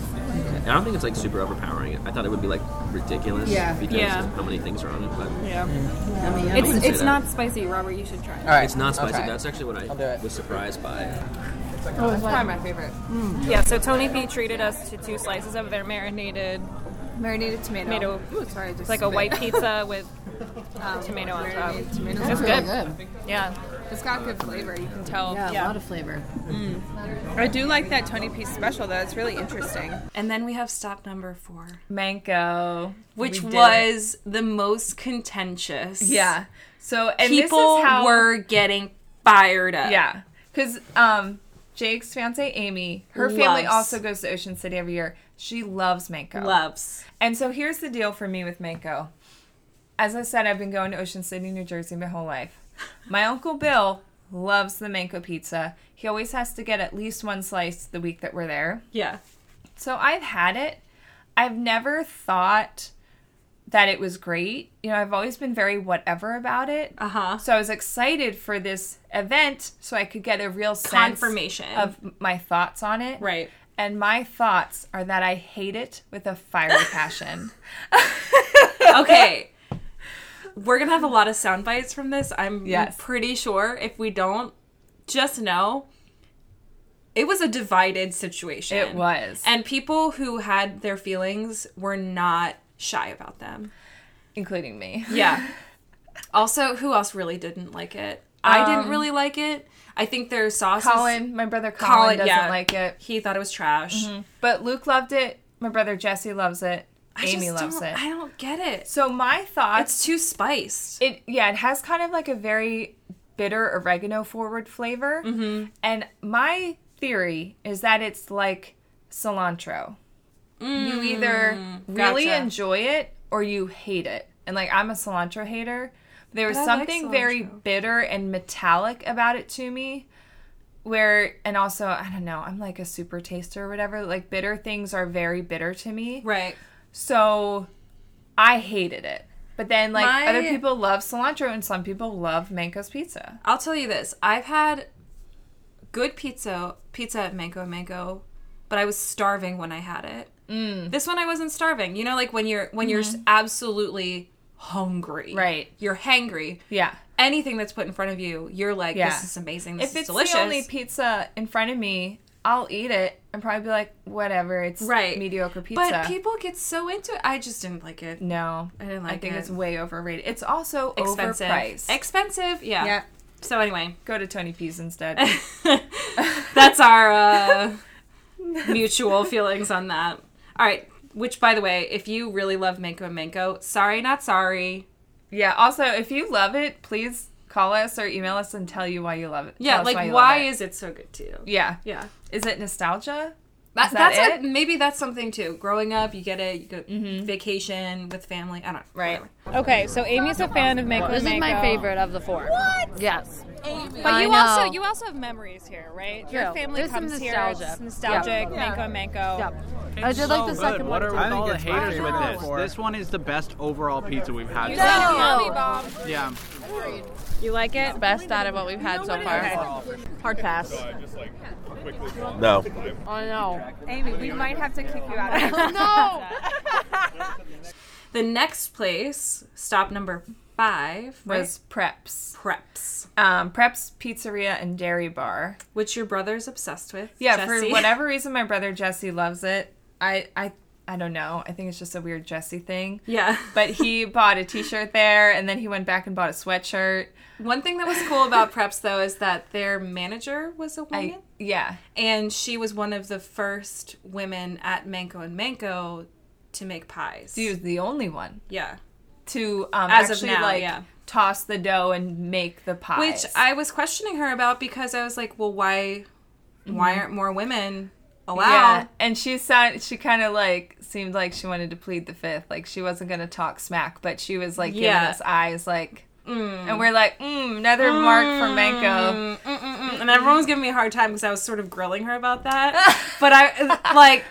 S5: I don't think it's like super overpowering. I thought it would be like ridiculous.
S13: Yeah.
S5: Because
S13: Yeah.
S5: of how many things are on it, but
S13: Yeah.
S5: I mean, I wouldn't
S13: It's
S5: say
S13: it's
S5: that.
S13: not spicy, Robert. You should try it.
S5: It's not spicy.
S13: Okay.
S5: That's actually what I was surprised by.
S13: Oh, it's Mm. probably my favorite.
S9: Yeah, so Tony P treated us to two slices of their marinated
S8: Marinated tomato.
S9: tomato.
S8: Ooh, sorry, I just Um,
S9: it's like a
S8: spit.
S9: white pizza with um, tomato on top.
S8: marinated tomatoes. That's
S9: It's good.
S8: really good.
S9: Yeah,
S8: It's got good flavor. You can
S9: tell.
S18: Yeah, a lot of flavor.
S8: Mm. I do like that Tony P special though. It's really interesting.
S1: And then we have stop number four,
S2: Mango,
S1: which
S2: We did it.
S1: was the most contentious.
S2: Yeah. So and this is
S1: people
S2: how-
S1: were getting fired up.
S2: Yeah, because um, Jake's fiance Amy, her family
S1: Loves.
S2: also goes to Ocean City every year. She loves Manco.
S1: Loves.
S2: And so here's the deal for me with Manco. As I said, I've been going to Ocean City, New Jersey, my whole life. My uncle Bill loves the Manco pizza. He always has to get at least one slice the week that we're there.
S1: Yeah.
S2: So I've had it. I've never thought that it was great. You know, I've always been very whatever about it. Uh
S1: Uh-huh.
S2: huh. So I was excited for this event so I could get a real sense
S1: Confirmation.
S2: of my thoughts on it.
S1: Right.
S2: And my thoughts are that I hate it with a fiery passion.
S1: okay. We're gonna have a lot of sound bites from this. I'm
S2: Yes.
S1: pretty sure. If we don't, just know it was a divided situation.
S2: It was.
S1: and people who had their feelings were not shy about them.
S2: Including me.
S1: Yeah. also, who else really didn't like it? I didn't
S2: Um,
S1: really like it. I think their sauce.
S2: Colin, my brother Colin, doesn't like it.
S1: He thought it was trash.
S2: Mhm. But Luke loved it. My brother Jesse loves it.
S1: I
S2: Amy
S1: just
S2: loves
S1: don't-
S2: it.
S1: I don't get it.
S2: So my thoughts.
S1: It's too spiced.
S2: It yeah, it has kind of like a very bitter oregano forward flavor.
S1: Mhm.
S2: And my theory is that it's like cilantro. you either
S1: Mm,
S2: really
S1: gotcha.
S2: enjoy it or you hate it. And like I'm a cilantro hater. There was
S1: But I like
S2: something very bitter and metallic about it to me. Where and also I don't know, I'm like a super taster or whatever. Like bitter things are very bitter to me.
S1: Right.
S2: So I hated it. But then like
S1: My-
S2: other people love cilantro and some people love Manco's pizza.
S1: I'll tell you this: I've had good pizza, pizza at Mango Mango, but I was starving when I had it.
S2: Mm.
S1: This one I wasn't starving. You know, like when you're when you're
S2: Mhm.
S1: absolutely hungry, right? You're hangry.
S2: Yeah.
S1: Anything that's put in front of you, you're like,
S2: Yeah.
S1: this is amazing. This
S2: if
S1: is
S2: it's
S1: delicious.
S2: the only pizza in front of me, I'll eat it and probably be like, whatever, it's
S1: Right.
S2: mediocre pizza.
S1: But people get so into it. I just didn't like it.
S2: No,
S1: I didn't
S2: I
S1: like it.
S2: think it's way overrated. It's also
S1: Expensive.
S2: overpriced.
S1: Expensive, yeah.
S2: Yeah.
S1: So anyway,
S2: go to Tony P's instead.
S1: That's our uh, mutual feelings on that. All right, Which, by the way, if you really love Manko and Manko, sorry, not sorry.
S2: Yeah. Also, if you love it, please call us or email us and tell you why you love it.
S1: Yeah,
S2: Tell us
S1: like why,
S2: you love it.
S1: is it so good to you?
S2: Yeah.
S1: yeah.
S2: Is it nostalgia?
S1: That,
S2: Is that
S1: that's what- maybe that's something too. Growing up, you get it. You go vacation with family. I don't know. Right.
S16: Okay, so Amy's a fan of Mango.
S18: This is my
S16: Mango.
S18: favorite of the four.
S16: What?
S18: Yes.
S16: But you also you also have memories here, right? Your
S18: True.
S16: family
S18: There's some
S16: comes here.
S18: nostalgia.
S16: It's nostalgic.
S18: Yeah.
S16: Mango and Mango.
S18: I did like the
S6: So
S18: second
S6: good.
S18: one.
S6: What are
S18: too.
S6: with all the haters with this? This one is the best overall pizza we've had.
S16: You
S6: so
S16: said
S6: far.
S16: mommy bomb.
S6: Yeah.
S16: You like it? Best out of what we've had so far.
S18: Hard pass.
S17: No.
S16: Oh no, Amy, we might have to kick you out.
S1: no. the next place, stop number five,
S2: Was Preps.
S1: Preps.
S2: Um, Preps Pizzeria and Dairy Bar.
S1: Which your brother's obsessed with.
S2: Yeah,
S1: Jesse.
S2: for whatever reason, my brother Jesse loves it. I, I, I don't know. I think it's just a weird Jesse thing.
S1: Yeah.
S2: But he bought a T-shirt there, and then he went back and bought a sweatshirt.
S1: One thing that was cool about Preps though is that their manager was a woman.
S2: yeah.
S1: and she was one of the first women at Manco and Manco to make pies.
S2: She was the only one
S1: Yeah.
S2: to um,
S1: As of
S2: actually
S1: now,
S2: like
S1: yeah.
S2: toss the dough and make the pie.
S1: Which uh, I was questioning her about because I was like, well, why,
S2: Mm-hmm.
S1: why aren't more women allowed?
S2: And she sound she kind of like seemed like she wanted to plead the fifth, like she wasn't gonna talk smack, but she was like
S1: Yeah.
S2: giving us eyes, like,
S1: Mm.
S2: and we're like, mm, another mark for Manko.
S1: Mm, mm, mm, mm. And everyone was giving me a hard time because I was sort of grilling her about that. but I like,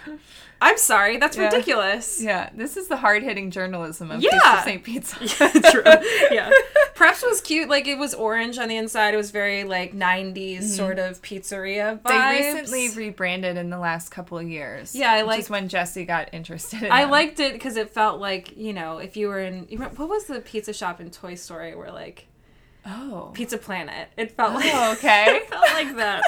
S1: I'm sorry, that's
S2: Yeah.
S1: ridiculous.
S2: Yeah, this is the hard hitting journalism of
S1: Yeah.
S2: Pizza St. Pizza.
S1: yeah. Preps was cute. Like it was orange on the inside. It was very like 90s sort of pizzeria vibes.
S2: Mm-hmm. They recently rebranded in the last couple of years.
S1: Yeah, I
S2: Which
S1: liked-
S2: is when Jesse got interested. In
S1: I
S2: them.
S1: liked it because it felt like you know if you were in you remember, what was the pizza shop in Toy Story where like
S2: Oh.
S1: Pizza Planet it felt like
S2: Oh, okay.
S1: it felt like that.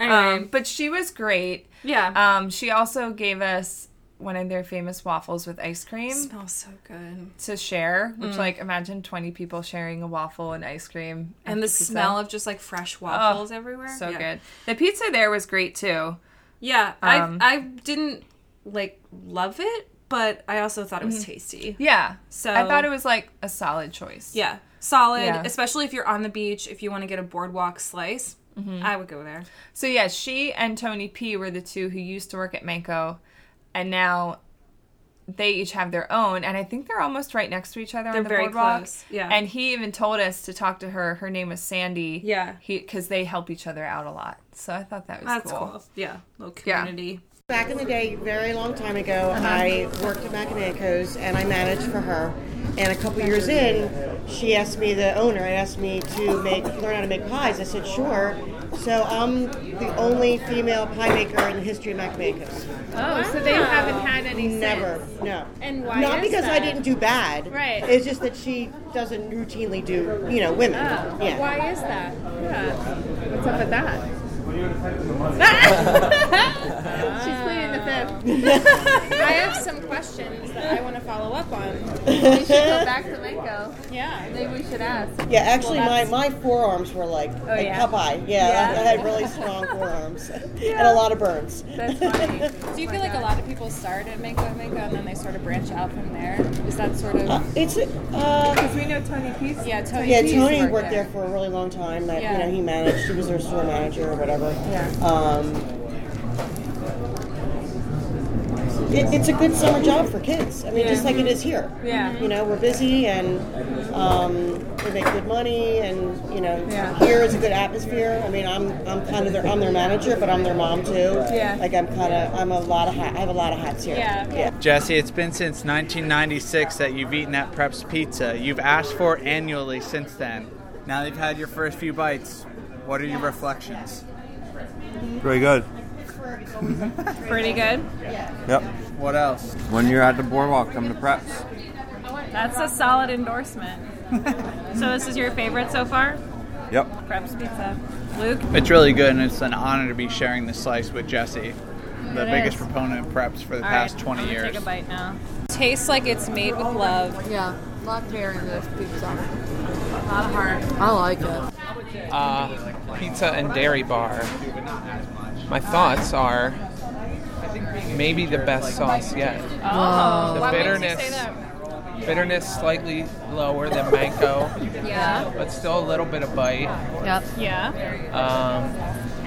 S1: Anyway.
S2: Um, but she was great.
S1: Yeah.
S2: Um, she also gave us one of their famous waffles with ice cream.
S1: smells so good.
S2: to share, which
S1: Mm.
S2: like imagine twenty people sharing a waffle and ice cream
S1: And the
S2: after pizza.
S1: smell of just like fresh waffles everywhere.
S2: So
S1: Yeah.
S2: good. The pizza there was great too.
S1: Yeah,
S2: Um,
S1: I I didn't like love it, but I also thought it was
S2: Mhm.
S1: tasty.
S2: Yeah.
S1: So
S2: I thought it was like a solid choice.
S1: yeah solid,
S2: Yeah.
S1: especially if you're on the beach. If you want to get a boardwalk slice,
S2: Mhm.
S1: I would go there.
S2: So yeah, she and Tony P were the two who used to work at Manco, and now they each have their own. And I think they're almost right next to each other.
S1: They're
S2: on the
S1: very
S2: boardwalk.
S1: close, yeah.
S2: And he even told us to talk to her. Her name was Sandy.
S1: Yeah.
S2: He because they help each other out a lot. So I thought that was
S1: That's
S2: cool.
S1: cool. Yeah, little community.
S19: Back in the day, very long time ago,
S1: Uh-huh.
S19: I worked at Macanacos and I managed for her. And a couple years in, she asked me, the owner asked me to make learn how to make pies. I said, sure. So I'm the only female pie maker in the history of Macanacos.
S16: Oh, so they haven't had any
S19: Never,
S16: since.
S19: no.
S16: And why?
S19: Not
S16: is
S19: because I
S16: that?
S19: didn't do bad.
S16: Right.
S19: It's just that she doesn't routinely do, you know, women.
S16: Oh,
S19: Yeah.
S16: Why is that? Yeah. What's up with that? She's playing the fifth. I have some questions that I want to follow up on.
S19: We should go back
S16: to Mango. Yeah. Maybe we should ask.
S19: Yeah, actually,
S16: Well,
S19: my,
S16: that's-
S19: my forearms were like,
S16: Oh,
S19: like
S16: yeah.
S19: Popeye. Yeah,
S16: Yeah.
S19: I had really strong forearms and a lot of burns.
S16: That's funny. Do you feel like a lot of people start at Mango and Mango and then they sort of branch out from there? Is that sort of.
S19: Uh, it's because
S16: we know Tony Pease. Yeah, Tony
S19: yeah,
S16: Pease
S19: Tony worked there for a really long time. That
S16: Yeah.
S19: you know he managed. He was their store manager or whatever. Yeah. Um, it, it's a good summer job for kids. I mean, just
S16: Yeah.
S19: like it is here.
S16: Yeah.
S19: You know, we're busy and um, we make good money, and you know,
S16: Yeah.
S19: here is a good atmosphere. I mean, I'm I'm kind of their I'm their manager, but I'm their mom too.
S16: Yeah.
S19: Like I'm kind of I'm a lot of hat, I have a lot of hats here.
S16: Yeah.
S19: Yeah.
S6: Jesse, it's been since 1996 that you've eaten at Prep's Pizza. You've asked for it annually since then. Now that you've had your first few bites, what are your reflections?
S5: Very good.
S16: Pretty good.
S5: Yep.
S6: What else?
S5: When you're at the boardwalk, come to preps.
S16: That's a solid endorsement. so this is your favorite so far?
S6: Yep.
S16: Preps pizza. Luke?
S6: It's really good, and it's an honor to be sharing this slice with Jesse, the
S16: It
S6: biggest
S16: is.
S6: proponent of preps for the
S16: All
S6: past
S16: right,
S6: 20
S16: I'm gonna
S6: years.
S16: Take a bite now. Tastes like it's made with love. Yeah, love pairing this pizza. A lot of heart.
S18: I like it.
S11: uh, pizza and dairy bar. My thoughts are maybe the best sauce yet.
S9: Oh.
S11: The
S9: Why would you say
S11: bitterness,
S9: that?
S11: bitterness slightly lower than mango,
S9: Yeah.
S11: but still a little bit of bite.
S9: Yep. Yeah.
S11: Um,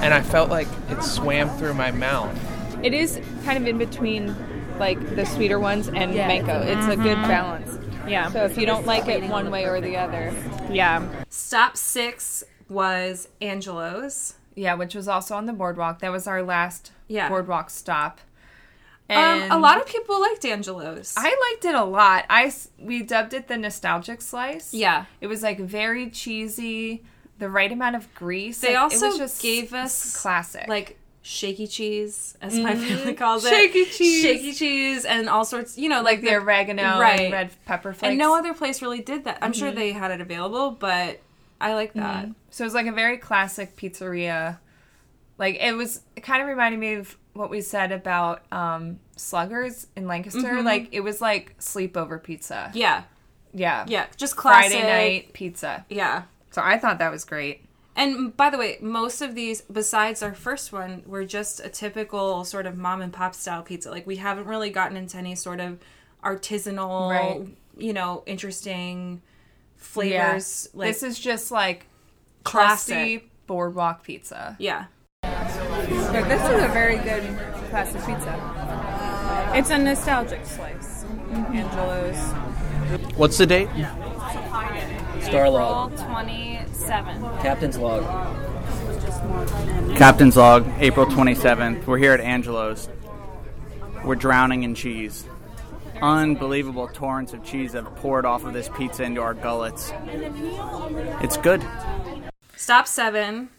S11: and I felt like it swam through my mouth.
S8: It is kind of in between like the sweeter ones and
S13: Yeah,
S8: mango.
S13: it's-
S8: It's a
S1: Mm-hmm.
S8: good
S13: Mhm.
S8: balance.
S13: Yeah.
S8: So if you don't like it one way or the other.
S13: Yeah.
S1: Stop six was Angelo's.
S2: Yeah, which was also on the boardwalk. That was our last
S1: Yeah.
S2: boardwalk stop.
S1: um, a lot of people liked Angelo's.
S2: I liked it a lot. I s- we dubbed it the nostalgic slice.
S1: Yeah.
S2: it was like very cheesy, the right amount of grease.
S1: They
S2: Like, it
S1: also
S2: was just
S1: gave us
S2: classic,
S1: like shaky cheese, as my
S2: Mhm.
S1: family calls it.
S2: Shaky cheese.
S1: shaky cheese, and all sorts. You know, like,
S2: the oregano and red pepper flakes.
S1: And no other place really did that. I'm sure
S2: Mhm.
S1: they had it available, but I like that.
S2: Mhm. So it was like a very classic pizzeria. Like it was it kind of reminded me of what we said about um sluggers in Lancaster.
S1: Mhm.
S2: Like it was like sleepover pizza.
S1: Yeah.
S2: Yeah.
S1: Yeah, just classic.
S2: Friday night pizza.
S1: Yeah.
S2: So I thought that was great.
S1: And by the way, most of these, besides our first one, were just a typical sort of mom and pop style pizza. Like we haven't really gotten into any sort of artisanal,
S2: Right.
S1: you know, interesting flavors.
S2: Yeah.
S1: Like
S2: this is just like
S1: Classic.
S2: crusty boardwalk pizza.
S1: yeah.
S8: Yeah, this is a very good classic pizza. It's a nostalgic slice. Angelo's.
S5: What's the date? Star Log.
S13: April 27.
S5: Captain's Log.
S6: Captain's Log, April 27th. We're here at Angelo's. We're drowning in cheese. Unbelievable torrents of cheese that have poured off of this pizza into our gullets. It's good.
S1: Stop seven,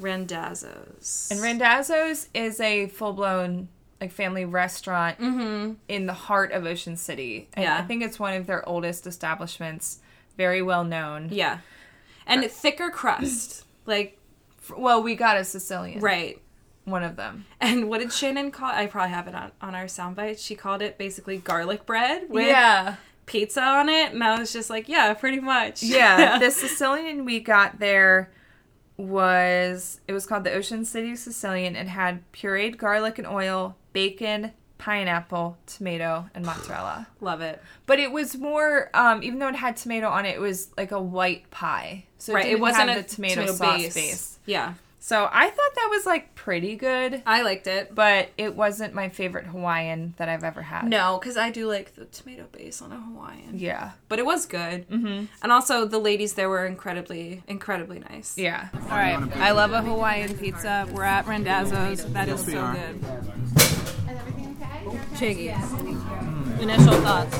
S1: Rendazzo's.
S2: And Randazzo's is a full blown like family restaurant in the heart of Ocean City. And
S1: Yeah.
S2: I think it's one of their oldest establishments, very well known. Uh,
S1: Yeah. And thicker crust. Like,
S2: f- well, we got a Sicilian.
S1: Right.
S2: One of them.
S1: And what did Shannon call? I probably have it on, on our soundbite. She called it basically garlic bread with
S2: Yeah.
S1: pizza on it, and I was just like, yeah, pretty much.
S2: Yeah, the Sicilian we got there was it was called the Ocean City Sicilian. It had pureed garlic and oil, bacon, pineapple, tomato, and mozzarella.
S1: Love it.
S2: But it was more, um, even though it had tomato on it, it was like a white pie. So it,
S1: Right, it
S2: didn't
S1: wasn't
S2: have
S1: a
S2: the tomato,
S1: tomato
S2: sauce
S1: base.
S2: base.
S1: Yeah.
S2: So I thought that was like pretty good.
S1: I liked it,
S2: but it wasn't my favorite Hawaiian that I've ever had.
S1: No, because I do like the tomato base on a Hawaiian.
S2: Yeah.
S1: But it was good.
S2: Mm-hmm.
S1: And also, the ladies there were incredibly, incredibly nice.
S2: Yeah.
S8: All right. I love a Hawaiian pizza. We're at Rendazzo's. That is
S1: we
S8: so
S1: are.
S8: good. Chiggy. Initial thoughts.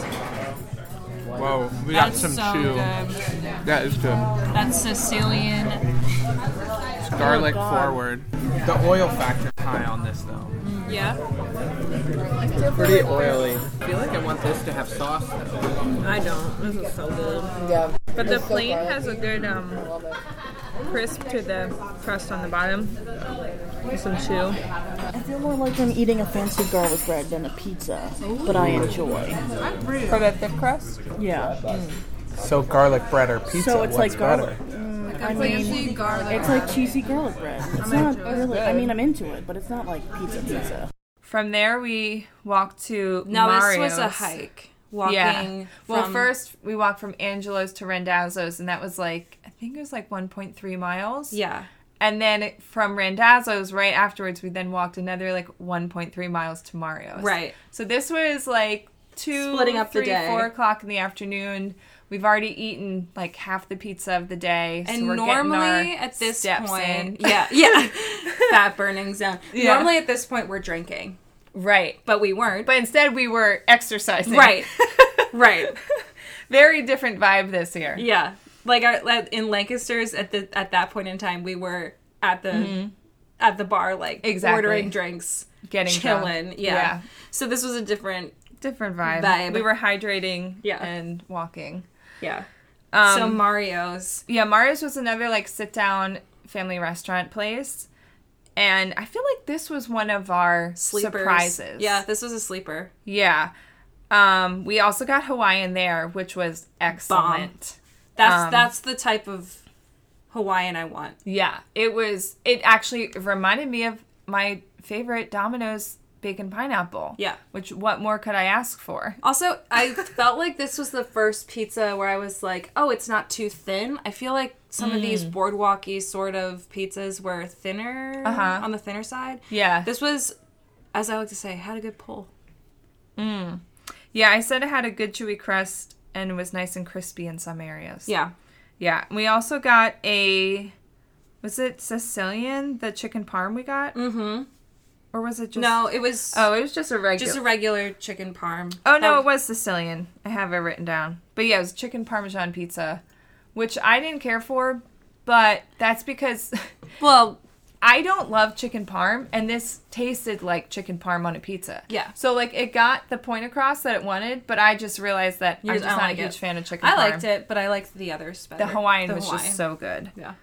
S11: Whoa, we got
S8: That's
S11: some
S8: so
S11: chew.
S8: good.
S11: That is
S18: Oh
S11: good.
S8: That's Sicilian.
S11: It's garlic
S8: Oh, God.
S11: forward. The oil factor is high on this though.
S8: Yeah.
S11: Pretty oily. I feel like I want this to have sauce though.
S8: I don't. This is so good.
S11: Yeah.
S8: But the
S11: It's so
S8: plain
S11: good.
S8: has a good um, crisp to the crust on the bottom. With some chew.
S12: I feel more like I'm eating a fancy garlic bread than a pizza, but I enjoy.
S8: For the thick crust?
S12: Yeah.
S16: Mm.
S11: So garlic bread or pizza?
S12: so
S11: what's
S12: it's like garlic.
S11: better?
S12: Mm,
S8: Like a
S12: I
S8: fancy
S12: mean,
S8: garlic
S12: it's
S8: bread.
S12: like cheesy garlic bread. It's not really. I mean, I'm into it, but it's not like pizza pizza.
S2: From there, we walked to
S1: Now, this
S2: Mario's.
S1: was a hike. Walking.
S2: Well,
S1: from-
S2: first we walked from Angelo's to Rendazzo's, and that was like I think it was like 1.3 miles.
S1: Yeah.
S2: And then from Rendazzo's, right afterwards, we then walked another like 1.3 miles to Mario's.
S1: Right.
S2: So this was like two,
S1: Splitting up the
S2: three,
S1: day.
S2: four o'clock in the afternoon. We've already eaten like half the pizza of the day, so
S1: And
S2: we're getting our
S1: normally at this
S2: steps
S1: point,
S2: in.
S1: yeah, yeah, fat burning zone.
S2: Yeah.
S1: Normally at this point, we're drinking,
S2: right?
S1: But we weren't.
S2: But instead, we were exercising,
S1: Right. right.
S2: Very different vibe this year.
S1: Yeah, like our, like, in Lancaster's at the at that point in time, we were at the
S2: Mhm.
S1: at the bar, like
S2: Exactly.
S1: ordering drinks,
S2: Getting drunk.
S1: chilling. Yeah.
S2: Yeah.
S1: So this was a different
S2: different vibe.
S1: Vibe.
S2: We were hydrating
S1: Yeah.
S2: and walking.
S1: Yeah. so Mario's.
S2: um, Yeah, Mario's was another like sit down family restaurant place. And I feel like this was one of our
S1: Sleepers.
S2: surprises.
S1: Yeah, this was a sleeper.
S2: Yeah. Um, we also got Hawaiian there, which was excellent.
S1: That's
S2: Um,
S1: that's the type of Hawaiian I want.
S2: Yeah, it was. It actually reminded me of my favorite Domino's bacon pineapple.
S1: Yeah.
S2: Which what more could I ask for?
S1: Also, I felt like this was the first pizza where I was like, oh, it's not too thin. I feel like some of these
S2: Mm.
S1: boardwalky sort of pizzas were thinner
S2: Uh-huh.
S1: on the thinner side.
S2: Yeah.
S1: This was, as I like to say, had a good pull.
S2: Mm. Yeah, I said it had a good chewy crust and was nice and crispy in some areas.
S1: Yeah.
S2: Yeah. We also got a was it Sicilian, the chicken parm we got?
S1: Mm-hmm.
S2: Or was it just
S1: no, it was.
S2: Oh, it was just a regular
S1: Just a regular chicken parm. Um,
S2: Oh
S1: That
S2: no, it was Sicilian. I have it written down. But yeah, it was chicken parmesan pizza, which I didn't care for, but that's because
S1: well,
S2: I don't love chicken parm and this tasted like chicken parm on a pizza.
S1: Yeah.
S2: So like it got the point across that it wanted, but I just realized that
S1: You
S2: I'm
S1: just-
S2: just
S1: I
S2: not
S1: don't like
S2: a huge
S1: it.
S2: fan of chicken
S1: I
S2: parm.
S1: liked it, but I liked the others better.
S2: The Hawaiian
S1: The
S2: was
S1: Hawaiian.
S2: just so good.
S1: Yeah.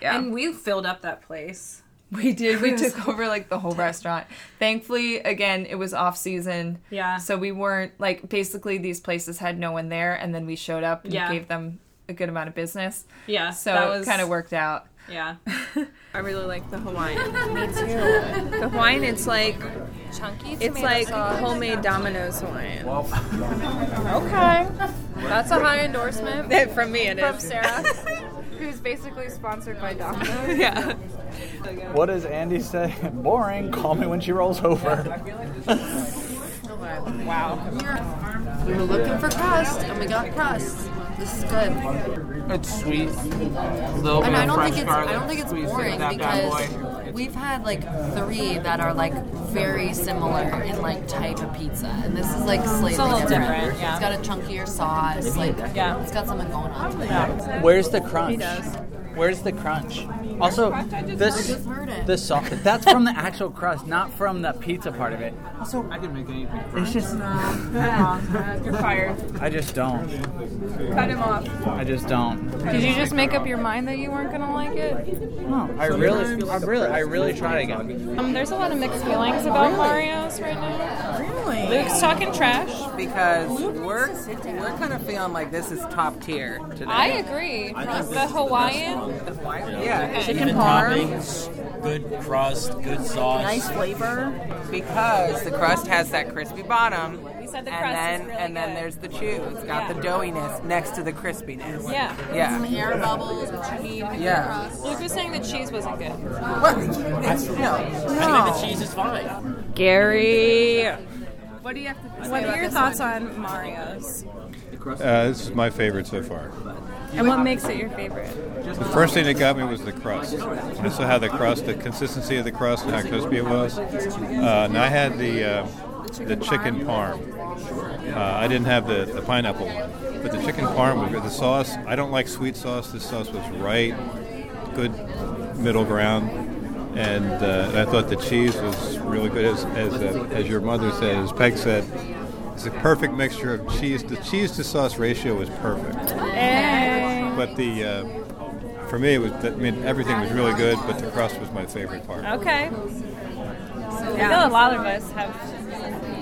S2: Yeah.
S1: And we filled up that place.
S2: We did.
S1: It
S2: We
S1: was
S2: took over like the whole restaurant. Thankfully, again, it was off season.
S1: Yeah.
S2: So we weren't like basically these places had no one there, and then we showed up and
S1: Yeah.
S2: gave them a good amount of business.
S1: Yeah,
S2: So
S1: that
S2: it
S1: was-
S2: kind of worked out.
S1: Yeah.
S8: I really like the Hawaiian.
S16: Me
S8: too. The Hawaiian, it's like
S16: Chunky
S8: it's
S16: tomato
S8: like
S16: sauce.
S8: homemade Domino's Hawaiian.
S16: Okay. That's a high endorsement.
S8: From me, it
S16: From
S8: is.
S16: Sarah, who's basically sponsored by Domino's.
S8: yeah.
S5: What does Andy say? Boring. Call me when she rolls over.
S8: Wow.
S18: We were looking for crust, and we got crust. This is good.
S7: It's sweet.
S18: I mean, I don't think it's I don't think it's boring because we've had like three that are like very similar in like type of pizza, and this is like slightly
S7: It's a little
S18: different.
S7: different, yeah.
S18: It's got a chunkier sauce. Like, yeah, it's got something going on.
S5: Where's the crunch? Where's the crunch? Also, this the sauce. That's from the actual crust, not from the pizza part of it.
S7: Also, I didn't make anything.
S5: It's just.
S8: You're fired.
S5: I just don't.
S8: Cut him off.
S5: I just don't.
S16: Did you just make up your mind that you weren't gonna like it? Oh.
S5: No. I really, I really, I really tried again.
S16: Um, there's a lot of mixed feelings about Mario's right now. Really? Luke's talking trash.
S7: Because we're we're kind of feeling like this is top tier today.
S16: I agree. the Hawaiian.
S7: Yeah,
S16: Chicken
S20: toppings, good crust, good sauce.
S7: flavor. Because the crust has that crispy bottom.
S16: We said the
S7: and
S16: crust
S7: then,
S16: is really
S7: And then
S16: good.
S7: there's the chew. It's got
S16: Yeah.
S7: the doughiness next to the crispiness.
S16: Yeah.
S7: Yeah.
S16: Some air bubbles, which you need. in
S7: Yeah.
S16: the crust. Luke was saying the cheese wasn't good.
S20: I think the cheese is fine.
S16: Gary.
S8: What do you have to?
S16: say
S8: What
S16: about
S8: are your
S16: this
S8: thoughts on Mario's?
S17: Uh, this is my favorite so far.
S8: And what makes it your favorite?
S17: The first thing that got me was the crust. I saw how the crust, the consistency of the crust, and how crispy it was. Uh, and I had the uh, the chicken parm. Uh, I didn't have the, the pineapple one, but the chicken parm was good. The sauce, I don't like sweet sauce. This sauce was right, good middle ground, and, uh, and I thought the cheese was really good. As as, uh, as your mother said, as Peg said, it's a perfect mixture of cheese. The cheese to sauce ratio was perfect. But the uh, for me, it was. I mean, everything was really good, but the crust was my favorite part.
S16: Okay. I
S8: Yeah.
S16: feel a lot of us have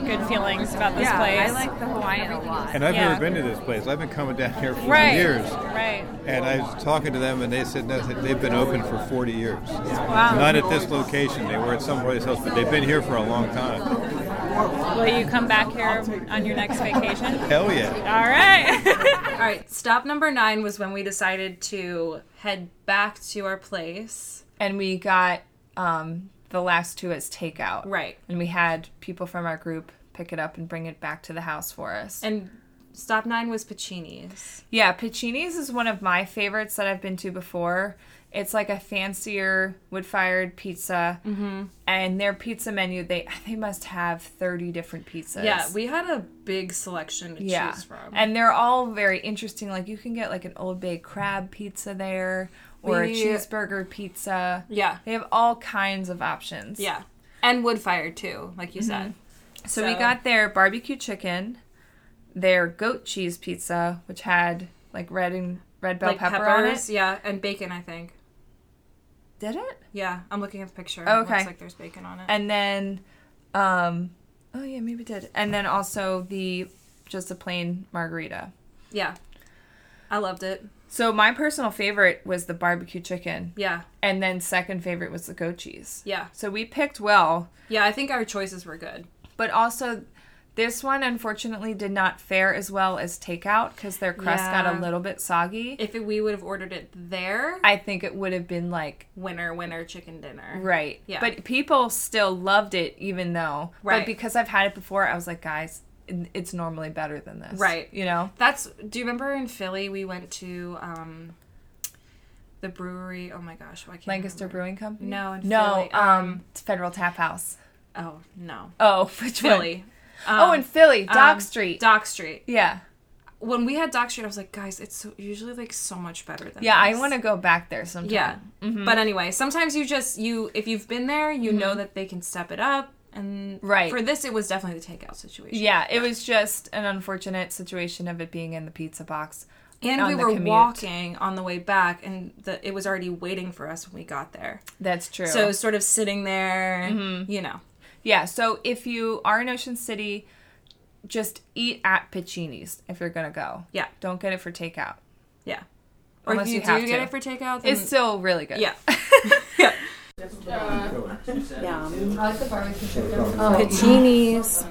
S16: good feelings about this
S8: Yeah,
S16: place.
S8: I like the Hawaiian a lot.
S17: And I've
S16: Yeah.
S17: never been to this place. I've been coming down here for
S16: Right.
S17: years.
S16: Right.
S17: And I was talking to them, and they said no, that they've been open for 40 years.
S16: Wow.
S17: Not at this location. They were at someplace else, but they've been here for a long time.
S16: Will you come back here on your next vacation?
S17: Hell yeah!
S16: All right.
S1: All right. Stop number nine was when we decided to head back to our place.
S2: And we got um, the last two as takeout.
S1: Right.
S2: And we had people from our group pick it up and bring it back to the house for us.
S1: And stop nine was Pacini's.
S2: Yeah, Pacini's is one of my favorites that I've been to before. It's like a fancier wood-fired pizza,
S1: Mhm.
S2: and their pizza menu they they must have thirty different pizzas.
S1: Yeah, we had a big selection to
S2: yeah,
S1: choose from.
S2: and they're all very interesting. Like you can get like an Old Bay crab pizza there, or a
S1: We-
S2: cheeseburger pizza.
S1: Yeah.
S2: they have all kinds of options. Mm-hmm.
S1: yeah, and wood fired too, like you said.
S2: So, we got their barbecue chicken, their goat cheese pizza, which had like red and red bell
S1: like
S2: pepper
S1: peppers,
S2: on it.
S1: yeah, and bacon. I think.
S2: Did it?
S1: Yeah, I'm looking at the picture.
S2: Oh,
S1: It
S2: okay.
S1: looks like there's bacon on it.
S2: And then, um, oh yeah, maybe it did. And then also the just a plain margarita.
S1: yeah, I loved it.
S2: So my personal favorite was the barbecue chicken.
S1: Yeah.
S2: And then second favorite was the goat cheese.
S1: Yeah.
S2: So we picked well.
S1: Yeah, I think our choices were good.
S2: But also this one unfortunately did not fare as well as takeout cuz their crust got
S1: Yeah.
S2: a little bit soggy.
S1: If it, we would have ordered it there,
S2: I think it would have been like
S1: winner, winner, chicken dinner.
S2: Right.
S1: Yeah.
S2: But people still loved it, even though.
S1: Right.
S2: But because I've had it before, I was like, guys, it's normally better than this.
S1: Right.
S2: You know?
S1: That's. Do you remember in Philly we went to um, the brewery? Oh my gosh, why can't I
S2: Lancaster
S1: remember?
S2: Brewing Company?
S1: No, in
S2: no.
S1: Philly,
S2: um, it's Federal Tap House.
S1: Oh no.
S2: Oh, which
S1: Philly.
S2: one? oh, in Philly, Dock Street.
S1: Um, Dock Street.
S2: Yeah.
S1: When we had Dock Street, I was like, guys, it's so, usually like so much better than.
S2: Yeah, I
S1: this.
S2: want to go back there sometime.
S1: Yeah.
S2: Mhm.
S1: But anyway, sometimes you just you if you've been there, you know that they can step it up. And
S2: Mm-hmm. Right.
S1: for this, it was definitely the takeout situation.
S2: Yeah, it was just an unfortunate situation of it being in the pizza box.
S1: And
S2: on
S1: we
S2: the
S1: were
S2: commute.
S1: walking on the way back, and the, it was already waiting for us when we got there.
S2: That's true. Mm-hmm.
S1: So it was sort of sitting there, you know.
S2: Yeah, so if you are in Ocean City, just eat at Piccini's if you're gonna go.
S1: Yeah.
S2: Don't get it for takeout.
S1: Yeah. Or
S2: Unless
S1: if
S2: you,
S1: you,
S2: have
S1: do
S2: to.
S1: get it for takeout, then
S2: it's still really good.
S1: Yeah.
S16: Yum. I like the barbecue chicken.
S18: Oh.
S1: Oh,
S18: Paccinis.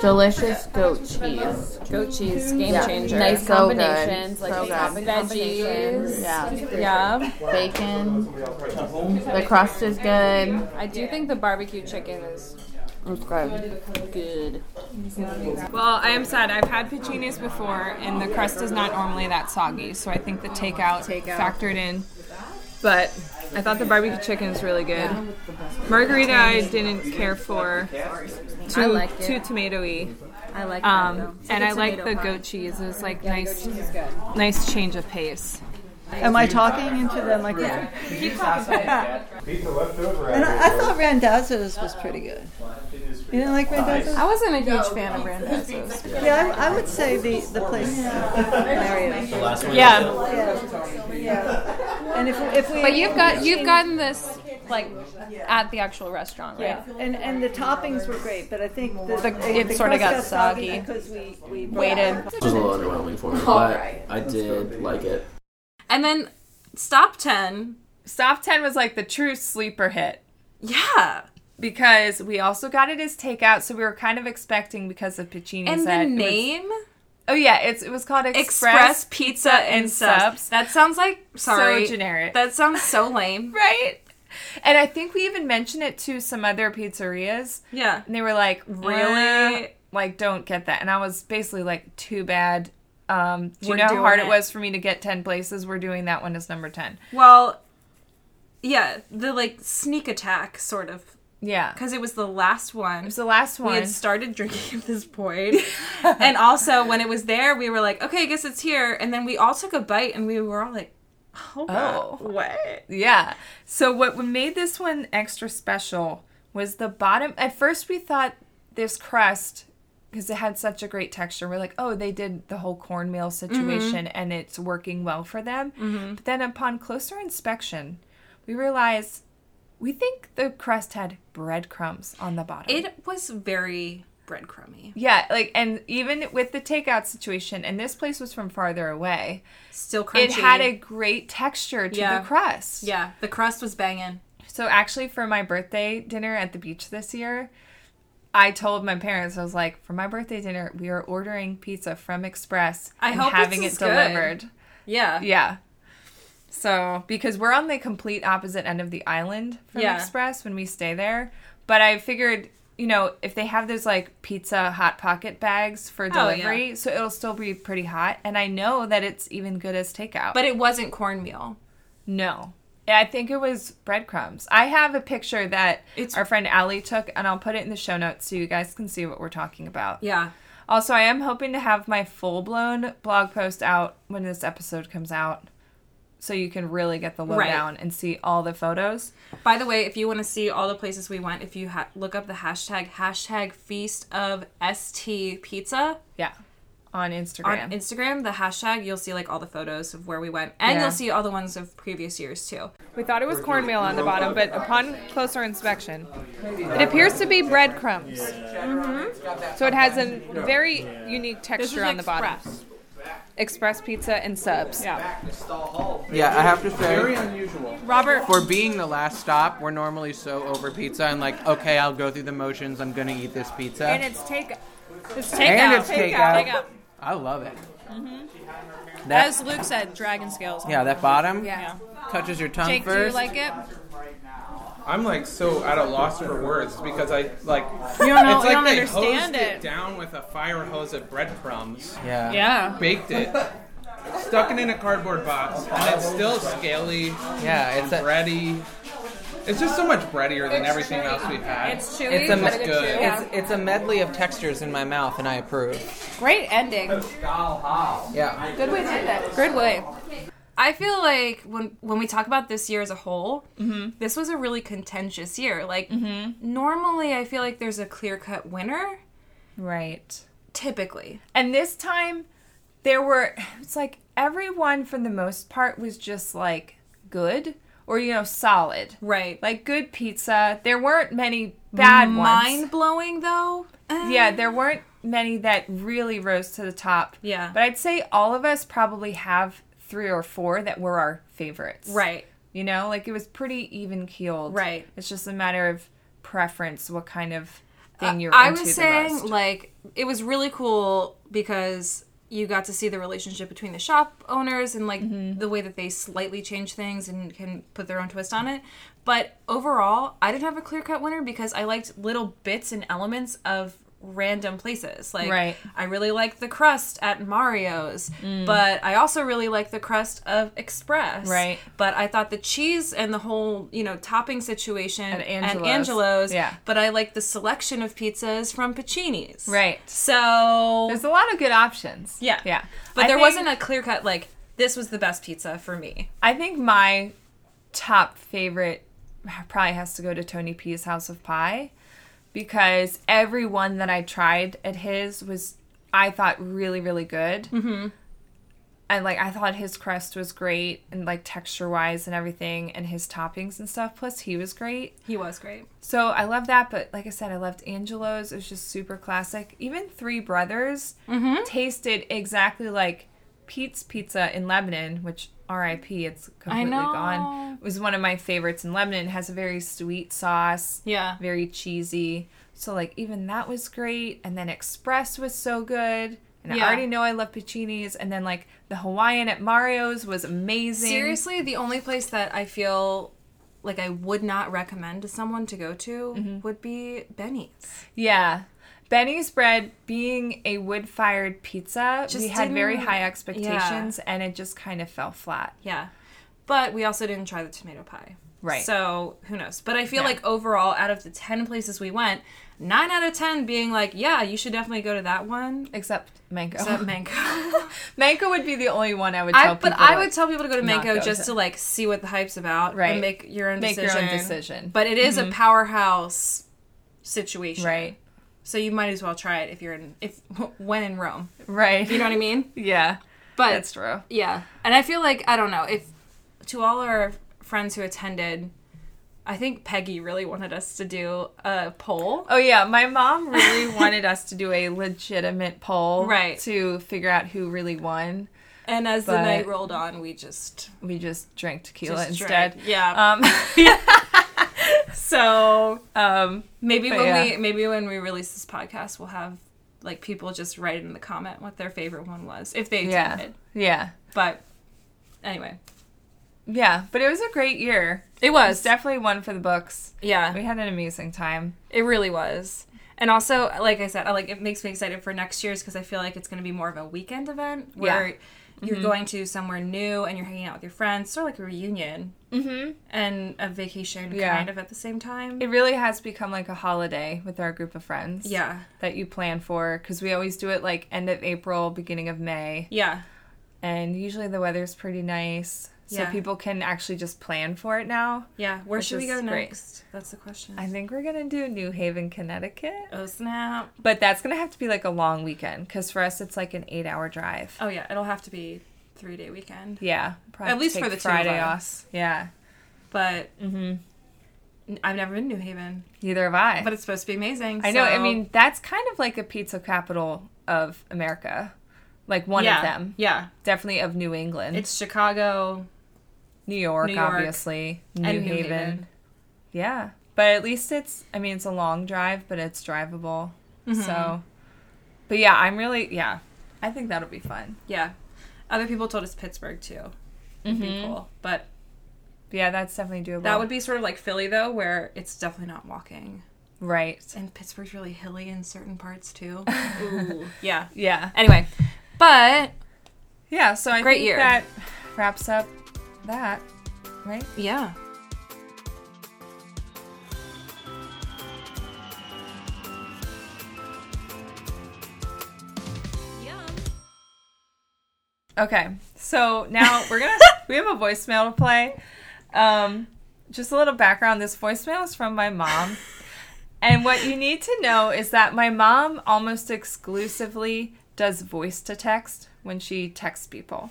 S16: Delicious goat cheese. Goat cheese, game
S18: Yeah.
S16: changer. So
S18: Nice
S16: good.
S18: combinations, like
S16: So
S18: nice
S16: good.
S18: combinations.
S16: veggies.
S18: Yeah.
S16: yeah.
S18: Bacon. The crust is good.
S16: I do think the barbecue chicken is
S18: It's good. Mm-hmm.
S16: good.
S9: Well, I am sad. I've had piccinis before, and the crust is not normally that soggy, so I think the takeout, factored in. But I thought the barbecue chicken is really good. Margarita, I didn't care for. Too,
S16: I liked it.
S9: too tomatoey.
S16: I like that, though.
S9: Um,
S16: It's like
S9: and
S16: a
S9: I like
S16: tomato
S9: the
S16: pie.
S9: goat cheese. It was like
S16: Yeah, the goat
S9: nice,
S16: cheese is good.
S9: nice change of pace.
S21: Am I talking into the microphone?
S10: Pizza leftover.
S21: And I, I thought Randazzo's was pretty good. You didn't like Randazzo's?
S16: I wasn't a huge fan of Randazzo's.
S21: Yeah, I, I would say the, the place. Mario's.
S16: Yeah.
S21: Yeah. And if, if we.
S16: But you've got you've gotten this like at the actual restaurant, right?
S21: Yeah, and, and the toppings were great, but I think the,
S16: The- it
S21: the
S16: sorta
S21: crust
S16: got soggy.
S21: because we, we
S16: Waited.
S20: It was a little underwhelming for me, but I did like it.
S1: And then Stop 10.
S2: Stop 10 was like the true sleeper hit.
S1: Yeah.
S2: Because we also got it as takeout, so we were kind of expecting because of Piccini's
S1: And
S2: that
S1: the
S2: it was-
S1: name?
S2: oh, yeah, it's, it was called
S1: Express Pizza and Subs. That sounds like sorry.
S2: So generic.
S1: That sounds so lame.
S2: right? And I think we even mentioned it to some other pizzerias.
S1: Yeah.
S2: And they were like,
S1: Really?
S2: really? like, don't get that. And I was basically like, too bad. Um, do you
S1: We're
S2: know how
S1: doing
S2: hard
S1: it.
S2: it was for me to get 10 places? We're doing that one as number 10.
S1: Well, yeah, the like sneak attack sort of.
S2: Yeah.
S1: Because it was the last one. It was
S2: the last
S1: We
S2: one.
S1: had started drinking at this point. and also, when it was there, we were like, okay, I guess it's here. And then we all took a bite and we were all like, oh,
S2: Oh.
S1: God, what?
S2: Yeah. So what w- made this one extra special was the bottom. At first, we thought this crust because it had such a great texture. We're like, oh, they did the whole cornmeal situation and it's working well for them.
S1: Mhm.
S2: But then upon closer inspection, we realized we think the crust had breadcrumbs on the bottom.
S1: It was very breadcrummy.
S2: yeah, like and even with the takeout situation, and this place was from farther away,
S1: Still crunchy.
S2: it had a great texture to
S1: Yeah.
S2: the crust.
S1: Yeah, the crust was banging.
S2: So actually, for my birthday dinner at the beach this year, I told my parents I was like, for my birthday dinner, we are ordering pizza from Express
S1: I
S2: and
S1: hope this
S2: having
S1: is
S2: it
S1: good."
S2: delivered.
S1: Yeah.
S2: Yeah. So because we're on the complete opposite end of the island from
S1: Yeah.
S2: Express when we stay there, but I figured. You know, if they have those like pizza hot pocket bags for
S1: Oh, yeah.
S2: delivery, so it'll still be pretty hot. And I know that it's even good as takeout.
S1: But it wasn't cornmeal.
S2: No. I think it was breadcrumbs. I have a picture that our friend Allie took, and I'll put it in the show notes so you guys can see what we're talking about.
S1: Yeah.
S2: Also, I am hoping to have my full blown blog post out when this episode comes out so you can really get the
S1: Right.
S2: lowdown and see all the photos.
S1: By the way, if you want to see all the places we went, if you ha- look up the hashtag hashtag Feast of St Pizza
S2: Yeah. On Instagram.
S1: on Instagram, the hashtag, you'll see like all the photos of where we went, and
S9: Yeah.
S1: you'll see all the ones of previous years too.
S9: We thought it was cornmeal on the bottom, but upon closer inspection, it appears to be breadcrumbs. So it has a very unique texture on the bottom.
S2: express pizza, and subs. Yeah.
S7: Yeah, I have to say,
S2: Very
S7: unusual.
S2: Robert-
S7: for being the last stop, we're normally so over pizza and like, okay, I'll go through the motions. I'm gonna eat this pizza,
S2: And it's take. It's takeout.
S7: And it's takeout.
S2: Takeout.
S7: I love it.
S18: Mm-hmm.
S7: That-
S18: As Luke said, dragon scales.
S7: Yeah, that bottom
S18: Yeah.
S7: touches your tongue
S18: Jake, do you
S7: first.
S18: like it?
S11: I'm like so at a loss for words because I like
S18: You don't know-
S11: it's like
S18: you don't
S11: they
S18: understand
S11: hosed it.
S18: it.
S11: down with a fire hose of breadcrumbs.
S7: Yeah.
S18: Yeah.
S11: Baked it. Stuck it in a cardboard box and it's still scaly.
S7: Yeah, it's
S11: and bready. It's just so much breadier than everything else we've had.
S7: It's a, me-
S11: it's good.
S7: It's, it's a medley of textures in my mouth, and I approve.
S18: Great ending.
S7: Yeah.
S18: Good way to end it. Good way.
S1: I feel like when when we talk about this year as a whole,
S18: Mm-hmm.
S1: this was a really contentious year. Like normally, I feel like there's a clear cut winner.
S2: Right.
S1: Typically,
S2: And this time, there were. It's like everyone, for the most part, was just like good or you know solid.
S1: Right.
S2: Like good pizza. There weren't many bad ones.
S1: Mind blowing though.
S2: yeah, there weren't many that really rose to the top.
S1: Yeah.
S2: But I'd say all of us probably have three or four that were our favorites.
S1: Right.
S2: You know, like it was pretty even keeled.
S1: Right.
S2: It's just a matter of preference, what kind of thing you're
S1: I
S2: into
S1: was
S2: the
S1: saying
S2: most.
S1: like it was really cool because you got to see the relationship between the shop owners and like
S2: Mm-hmm.
S1: the way that they slightly change things and can put their own twist on it. But overall, I didn't have a clear cut winner because I liked little bits and elements of random places. Like
S2: Right.
S1: I really liked the crust at Mario's,
S2: Mm.
S1: but I also really liked the crust of Express.
S2: Right.
S1: But I thought the cheese and the whole, you know, topping situation
S2: At
S1: and
S2: Angelo's.
S1: Angelo's.
S2: Yeah.
S1: But I like the selection of pizzas from Pacini's.
S2: Right.
S1: So
S2: there's a lot of good options.
S1: Yeah.
S2: Yeah.
S1: But
S2: I
S1: there
S2: think-
S1: wasn't a clear cut like this was the best pizza for me.
S2: I think my top favorite probably has to go to Tony P's House of Pie because every one that I tried at his was I thought really really good.
S1: Mhm.
S2: And like I thought his crust was great and like texture wise and everything and his toppings and stuff plus he was great.
S1: He was great.
S2: So I love that, but like I said, I loved Angelo's. It was just super classic. Even Three Brothers
S1: Mm-hmm.
S2: tasted exactly like Pete's Pizza in Lebanon, which RIP, it's completely
S1: know.
S2: gone. It was one of my favorites in Lebanon. It has a very sweet sauce.
S1: Yeah.
S2: Very cheesy. So like even that was great. And then Express was so good. And
S1: Yeah.
S2: I already know I love Puccini's. And then like the Hawaiian at Mario's was amazing.
S1: Seriously, the only place that I feel like I would not recommend to someone to go to
S2: Mm-hmm.
S1: would be Benny's.
S2: Yeah. Benny's bread being a wood fired pizza,
S1: Just
S2: we had very
S1: didn't-
S2: high expectations and it just kind of fell flat.
S1: Yeah. But we also didn't try the tomato pie.
S2: Right.
S1: So who knows? But I feel
S2: Yeah.
S1: like overall, out of the 10 places we went, nine out of 10 being like, yeah, you should definitely go to that one.
S2: Except Mango.
S1: Except Mango.
S2: Mango would be the only one I would
S1: I-
S2: tell
S1: but
S2: people.
S1: I
S2: to
S1: would tell people to go to
S2: not
S1: Mango
S2: go
S1: just to like see what the hype's about
S2: Right.
S1: and make your own
S2: Make your
S1: decision.
S2: own decision.
S1: But it is a
S2: Mhm.
S1: powerhouse situation,
S2: Right.
S1: So you might as well try it if you're in if when in Rome,
S2: Right.
S1: You know what I mean?
S2: Yeah.
S1: But
S2: That's true.
S1: Yeah, and I feel like I don't know if to all our friends who attended. I think Peggy really wanted us to do a poll.
S2: Oh yeah, my mom really wanted us to do a legitimate poll
S1: Right.
S2: to figure out who really won.
S1: And as the
S2: But-
S1: night rolled on, we just
S2: We just drank tequila
S1: Just
S2: instead.
S1: drank, yeah.
S2: Um,
S1: so
S2: um,
S1: Maybe
S2: but
S1: when
S2: yeah.
S1: we maybe when we release this podcast, we'll have like people just write in the comment what their favorite one was if they
S2: Yeah.
S1: attended.
S2: Yeah.
S1: But anyway,
S2: Yeah, but it was a great year.
S1: It was.
S2: definitely one for the books.
S1: Yeah.
S2: We had an amazing time.
S1: it really was. And also, like I said, I like it makes me excited for next year's because I feel like it's going to be more of a weekend event where
S2: Yeah.
S1: you're
S2: Mhm.
S1: going to somewhere new and you're hanging out with your friends, sort of like a reunion
S2: Mm-hmm.
S1: and a vacation
S2: Yeah.
S1: kind of at the same time.
S2: It really has become like a holiday with our group of friends.
S1: Yeah.
S2: That you plan for because we always do it like end of April, beginning of May.
S1: Yeah.
S2: And usually the weather's pretty nice. So
S1: Yeah.
S2: people can actually just plan for it now.
S1: Yeah, where
S2: which
S1: should we
S2: is
S1: go
S2: great.
S1: next? That's the question.
S2: I think we're going to do New Haven, Connecticut.
S1: Oh snap!
S2: But that's going to have to be like a long weekend because for us it's like an eight hour drive.
S1: Oh yeah, it'll have to be three day weekend.
S2: Yeah. probably
S1: at least
S2: take
S1: for the two of
S2: Friday
S1: us.
S2: off. Yeah. Mm-hmm.
S1: But n- I've never been to New Haven,
S2: Neither have I.
S1: but it's supposed to be amazing.
S2: I know. I
S1: so-
S2: mean, that's kind of like the pizza capital of America. Like one
S1: Yeah,
S2: of them.
S1: Yeah.
S2: Definitely of New England.
S1: It's Chicago,
S2: New York,
S1: New York,
S2: obviously.
S1: and
S2: New,
S1: New
S2: Haven.
S1: Haven.
S2: Yeah. But at least it's I mean it's a long drive, but it's drivable.
S1: Mhm.
S2: So but yeah, I'm really yeah. I think that'll be fun.
S1: yeah. Other people told us Pittsburgh too. It'd be
S2: Mhm.
S1: cool. But
S2: Yeah, that's definitely doable.
S1: that would be sort of like Philly though, where it's definitely not walking.
S2: Right.
S1: And Pittsburgh's really hilly in certain parts too. Ooh. yeah.
S2: Yeah.
S1: Anyway. But
S2: Yeah, so I
S1: Great
S2: think
S1: year.
S2: that wraps up that, right?
S1: Yeah.
S2: Okay, so now we're gonna we have a voicemail to play. Um, just a little background: this voicemail is from my mom, and what you need to know is that my mom almost exclusively does voice to text when she texts people.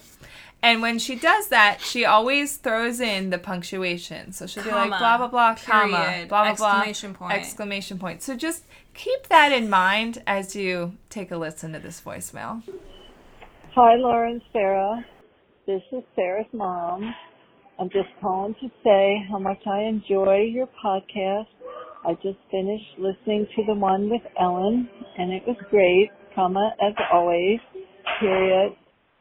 S2: And when she does that, she always throws in the punctuation. So she'll be
S1: Comma,
S2: like blah blah blah, comma,
S1: period,
S2: blah blah blah,
S1: exclamation point.
S2: exclamation point. So just keep that in mind as you take a listen to this voicemail.
S3: Hi, Laura and Sarah. This is Sarah's mom. I'm just calling to say how much I enjoy your podcast. I just finished listening to the one with Ellen, and it was great, comma, as always, period.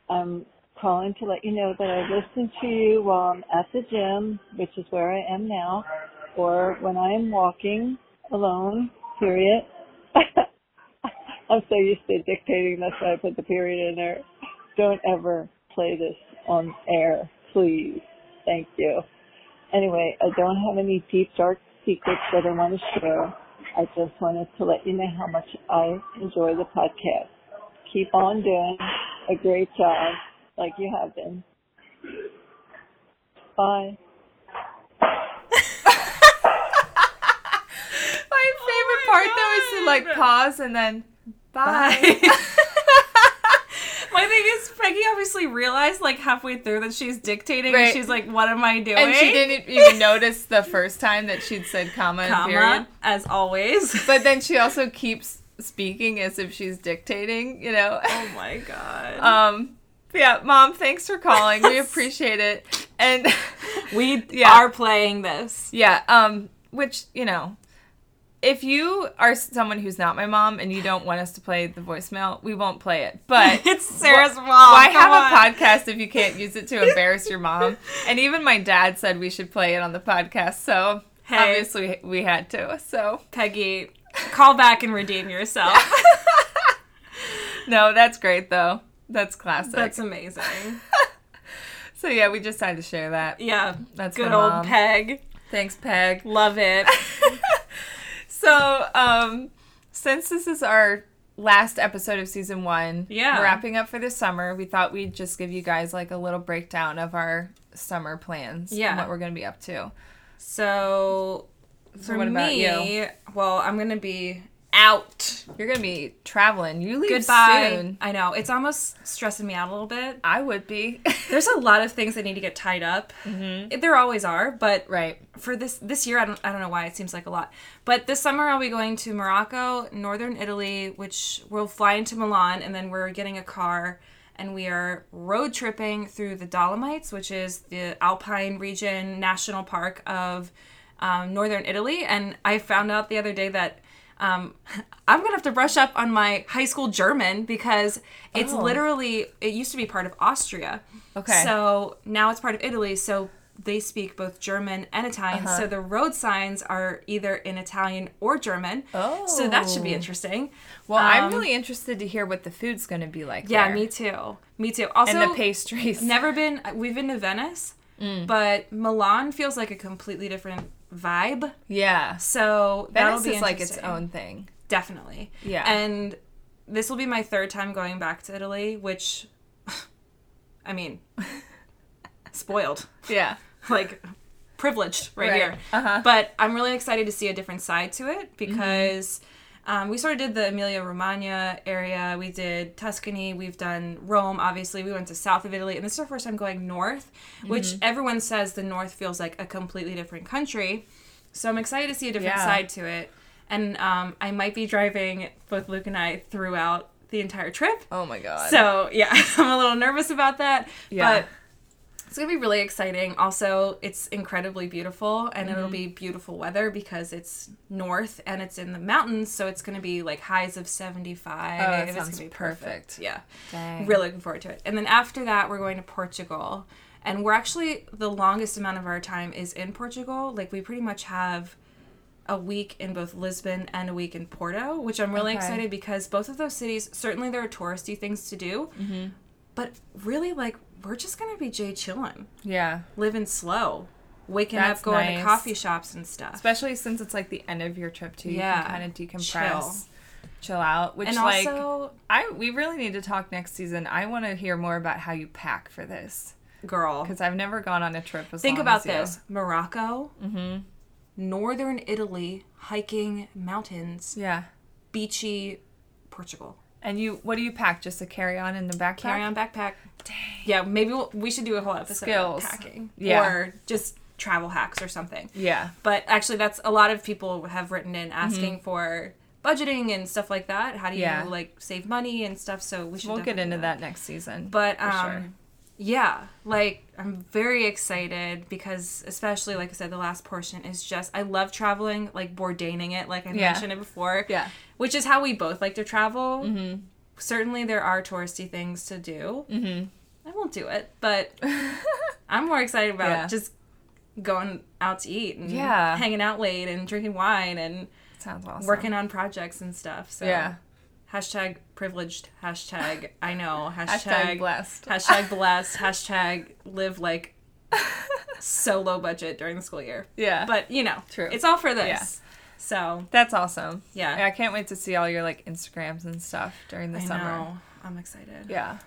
S3: I'm calling to let you know that I listen to you while I'm at the gym, which is where I am now, or when I am walking alone, period. I'm so used to dictating, that's why I put the period in there. Don't ever play this on air, please. Thank you. Anyway, I don't have any deep, dark secrets that I want to share. I just wanted to let you know how much I enjoy the podcast. Keep on doing a great job like you have been. Bye.
S2: My
S1: Oh
S2: favorite part though is to like pause and then bye.
S1: My thing is, Peggy obviously realized like halfway through that she's dictating,
S2: Right.
S1: and she's like, "What am I doing?"
S2: And she didn't even notice the first time that she'd said comma, and
S1: Comma,
S2: period.
S1: as always.
S2: But then she also keeps speaking as if she's dictating, you know.
S1: Oh my god.
S2: Um but yeah, mom, thanks for calling. We appreciate it. And
S1: we
S2: are
S1: playing this.
S2: Yeah, um which, you know, if you are someone who's not my mom and you don't want us to play the voicemail, we won't play it. But
S1: It's Sarah's
S2: wh-
S1: mom,
S2: Why
S1: come on.
S2: have a podcast if you can't use it to embarrass your mom? And even my dad said we should play it on the podcast. So obviously we had to. So
S1: Peggy, call back and redeem yourself.
S2: no, that's great though. That's classic.
S1: That's amazing.
S2: So yeah, we just had to share that.
S1: Yeah,
S2: that's
S1: good
S2: my
S1: old
S2: mom.
S1: Peg.
S2: Thanks, Peg.
S1: Love it.
S2: so, um, since this is our last episode of season one,
S1: Yeah.
S2: we're wrapping up for the summer. We thought we'd just give you guys like a little breakdown of our summer plans. and
S1: Yeah.
S2: what we're gonna be up to.
S1: So,
S2: So
S1: for
S2: what about
S1: me,
S2: you?
S1: well, I'm gonna be out.
S2: You're gonna be traveling. You leave
S1: Goodbye.
S2: soon.
S1: I know it's almost stressing me out a little bit.
S2: I would be.
S1: There's a lot of things that need to get tied up. Mm-hmm. There always are, but
S2: right
S1: for this this year, I don't I don't know why it seems like a lot. But this summer, I'll be going to Morocco, northern Italy, which we'll fly into Milan, and then we're getting a car. And we are road tripping through the Dolomites, which is the Alpine region national park of um, northern Italy. And I found out the other day that um, I'm gonna have to brush up on my high school German because it's
S2: Oh.
S1: literally it used to be part of Austria.
S2: Okay.
S1: So now it's part of Italy. So they speak both German and Italian.
S2: Uh-huh.
S1: So the road signs are either in Italian or German. Oh. So that should be
S2: Oh.
S1: interesting.
S2: Well, I'm
S1: Um,
S2: really interested to hear what the food's gonna be like.
S1: yeah,
S2: there.
S1: me too. Me too. Also,
S2: and the pastries.
S1: Never been. We've been to Venice,
S2: Mm.
S1: but Milan feels like a completely different vibe.
S2: Yeah.
S1: So that'll
S2: Venice
S1: be
S2: is like its
S1: interesting.
S2: own thing.
S1: Definitely.
S2: Yeah.
S1: And this will be my third time going back to Italy, which, I mean, spoiled.
S2: Yeah.
S1: like, privileged right,
S2: Right.
S1: here.
S2: Uh-huh. Mm-hmm.
S1: But I'm really excited to see a different side to it because. Um, we sort of did the Emilia Romagna area. We did Tuscany. We've done Rome, obviously. We went to south of Italy. And this is our first time going north, which
S2: Mhm.
S1: everyone says the north feels like a completely different country. So I'm excited to see a different
S2: Yeah.
S1: side to it. And um, I might be driving both Luke and I throughout the entire trip.
S2: Oh my god.
S1: So yeah, I'm a little nervous about that.
S2: Yeah.
S1: But it's gonna be really exciting. Also, it's incredibly beautiful, and
S2: Mm-hmm.
S1: it'll be beautiful weather because it's north and it's in the mountains, so it's gonna be like highs of seventy five.
S2: Oh, that
S1: it's
S2: sounds
S1: gonna be perfect. Yeah,
S2: Dang.
S1: really looking forward to it. And then after that, we're going to Portugal, and we're actually the longest amount of our time is in Portugal. Like we pretty much have a week in both Lisbon and a week in Porto, which I'm really
S2: Okay.
S1: excited because both of those cities certainly there are touristy things to do,
S2: Mhm.
S1: but really like we're just gonna be Jay chilling
S2: Yeah.
S1: living slow, waking
S2: That's
S1: up, going
S2: nice.
S1: to coffee shops and stuff.
S2: Especially since it's like the end of your trip too. You
S1: Yeah.
S2: can kind of decompress. Chill. out. Uh, Which
S1: And
S2: like
S1: also-
S2: I we really need to talk next season. I want to hear more about how you pack for this.
S1: Girl.
S2: Because I've never gone on a trip as
S1: Think
S2: long
S1: about
S2: as you.
S1: this: Morocco,
S2: Mhm.
S1: northern Italy, hiking mountains.
S2: Yeah.
S1: Beachy, Portugal.
S2: And you, what do you pack? Just a carry on in the backpack.
S1: Carry on backpack. Yeah, maybe we'll, we should do a whole episode on
S2: Skills.
S1: packing.
S2: Yeah.
S1: Or just travel hacks or something.
S2: Yeah.
S1: But actually, that's a lot of people have written in asking for budgeting and stuff like that. How do you
S2: Mm-hmm. Yeah.
S1: like save money and stuff? So we should
S2: We'll get
S1: definitely
S2: into
S1: do
S2: that next season.
S1: But
S2: for
S1: um,
S2: sure.
S1: yeah, like I'm very excited because especially like I said, the last portion is just I love traveling, like Bourdaining it, like I
S2: Yeah.
S1: mentioned it before.
S2: Yeah.
S1: which is how we both like to travel.
S2: Mhm.
S1: Certainly, there are touristy things to do.
S2: Mhm.
S1: I won't do it, but I'm more excited about
S2: Yeah.
S1: just going out to eat and
S2: Yeah.
S1: hanging out late and drinking wine and
S2: sounds awesome.
S1: working on projects and stuff. So
S2: Yeah.
S1: Hashtag privileged. Hashtag I know. Hashtag,
S2: Hashtag blessed.
S1: Hashtag blessed. hashtag live like so low budget during the school year.
S2: Yeah.
S1: But you know,
S2: True.
S1: It's all for this.
S2: Yeah.
S1: So
S2: that's awesome.
S1: Yeah.
S2: I can't wait to see all your like Instagrams and stuff during the
S1: I
S2: summer.
S1: know. I'm excited.
S2: Yeah.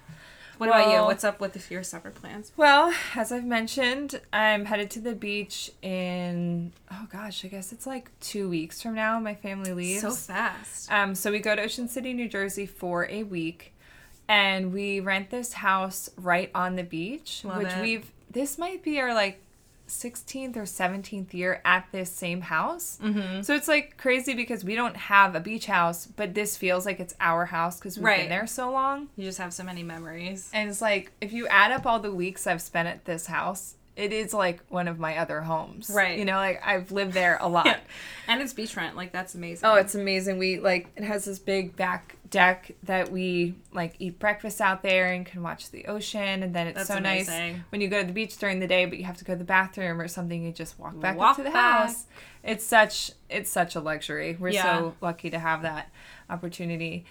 S1: What about you?
S2: Well-
S1: What's up with your summer plans?
S2: Well, as I've mentioned, I'm headed to the beach in oh gosh, I guess it's like two weeks from now. My family leaves
S1: So fast.
S2: Um, so we go to Ocean City, New Jersey for a week, and we rent this house right on the beach,
S1: Love
S2: which
S1: it.
S2: we've this might be our like. 16th or 17th year at this same house.
S1: Mhm.
S2: So it's like crazy because we don't have a beach house, but this feels like it's our house because we've
S1: Right.
S2: been there so long.
S1: You just have so many memories.
S2: And it's like if you add up all the weeks I've spent at this house, it is like one of my other homes.
S1: Right.
S2: You know, like I've lived there a lot.
S1: And it's beachfront. Like that's amazing.
S2: Oh, it's amazing. We like it has this big back deck that we like eat breakfast out there and can watch the ocean and then it's
S1: That's
S2: so nice
S1: amazing.
S2: when you go to the beach during the day but you have to go to the bathroom or something you just walk back
S1: Walk
S2: up to the
S1: back.
S2: house. It's such it's such a luxury. We're
S1: Yeah.
S2: so lucky to have that opportunity.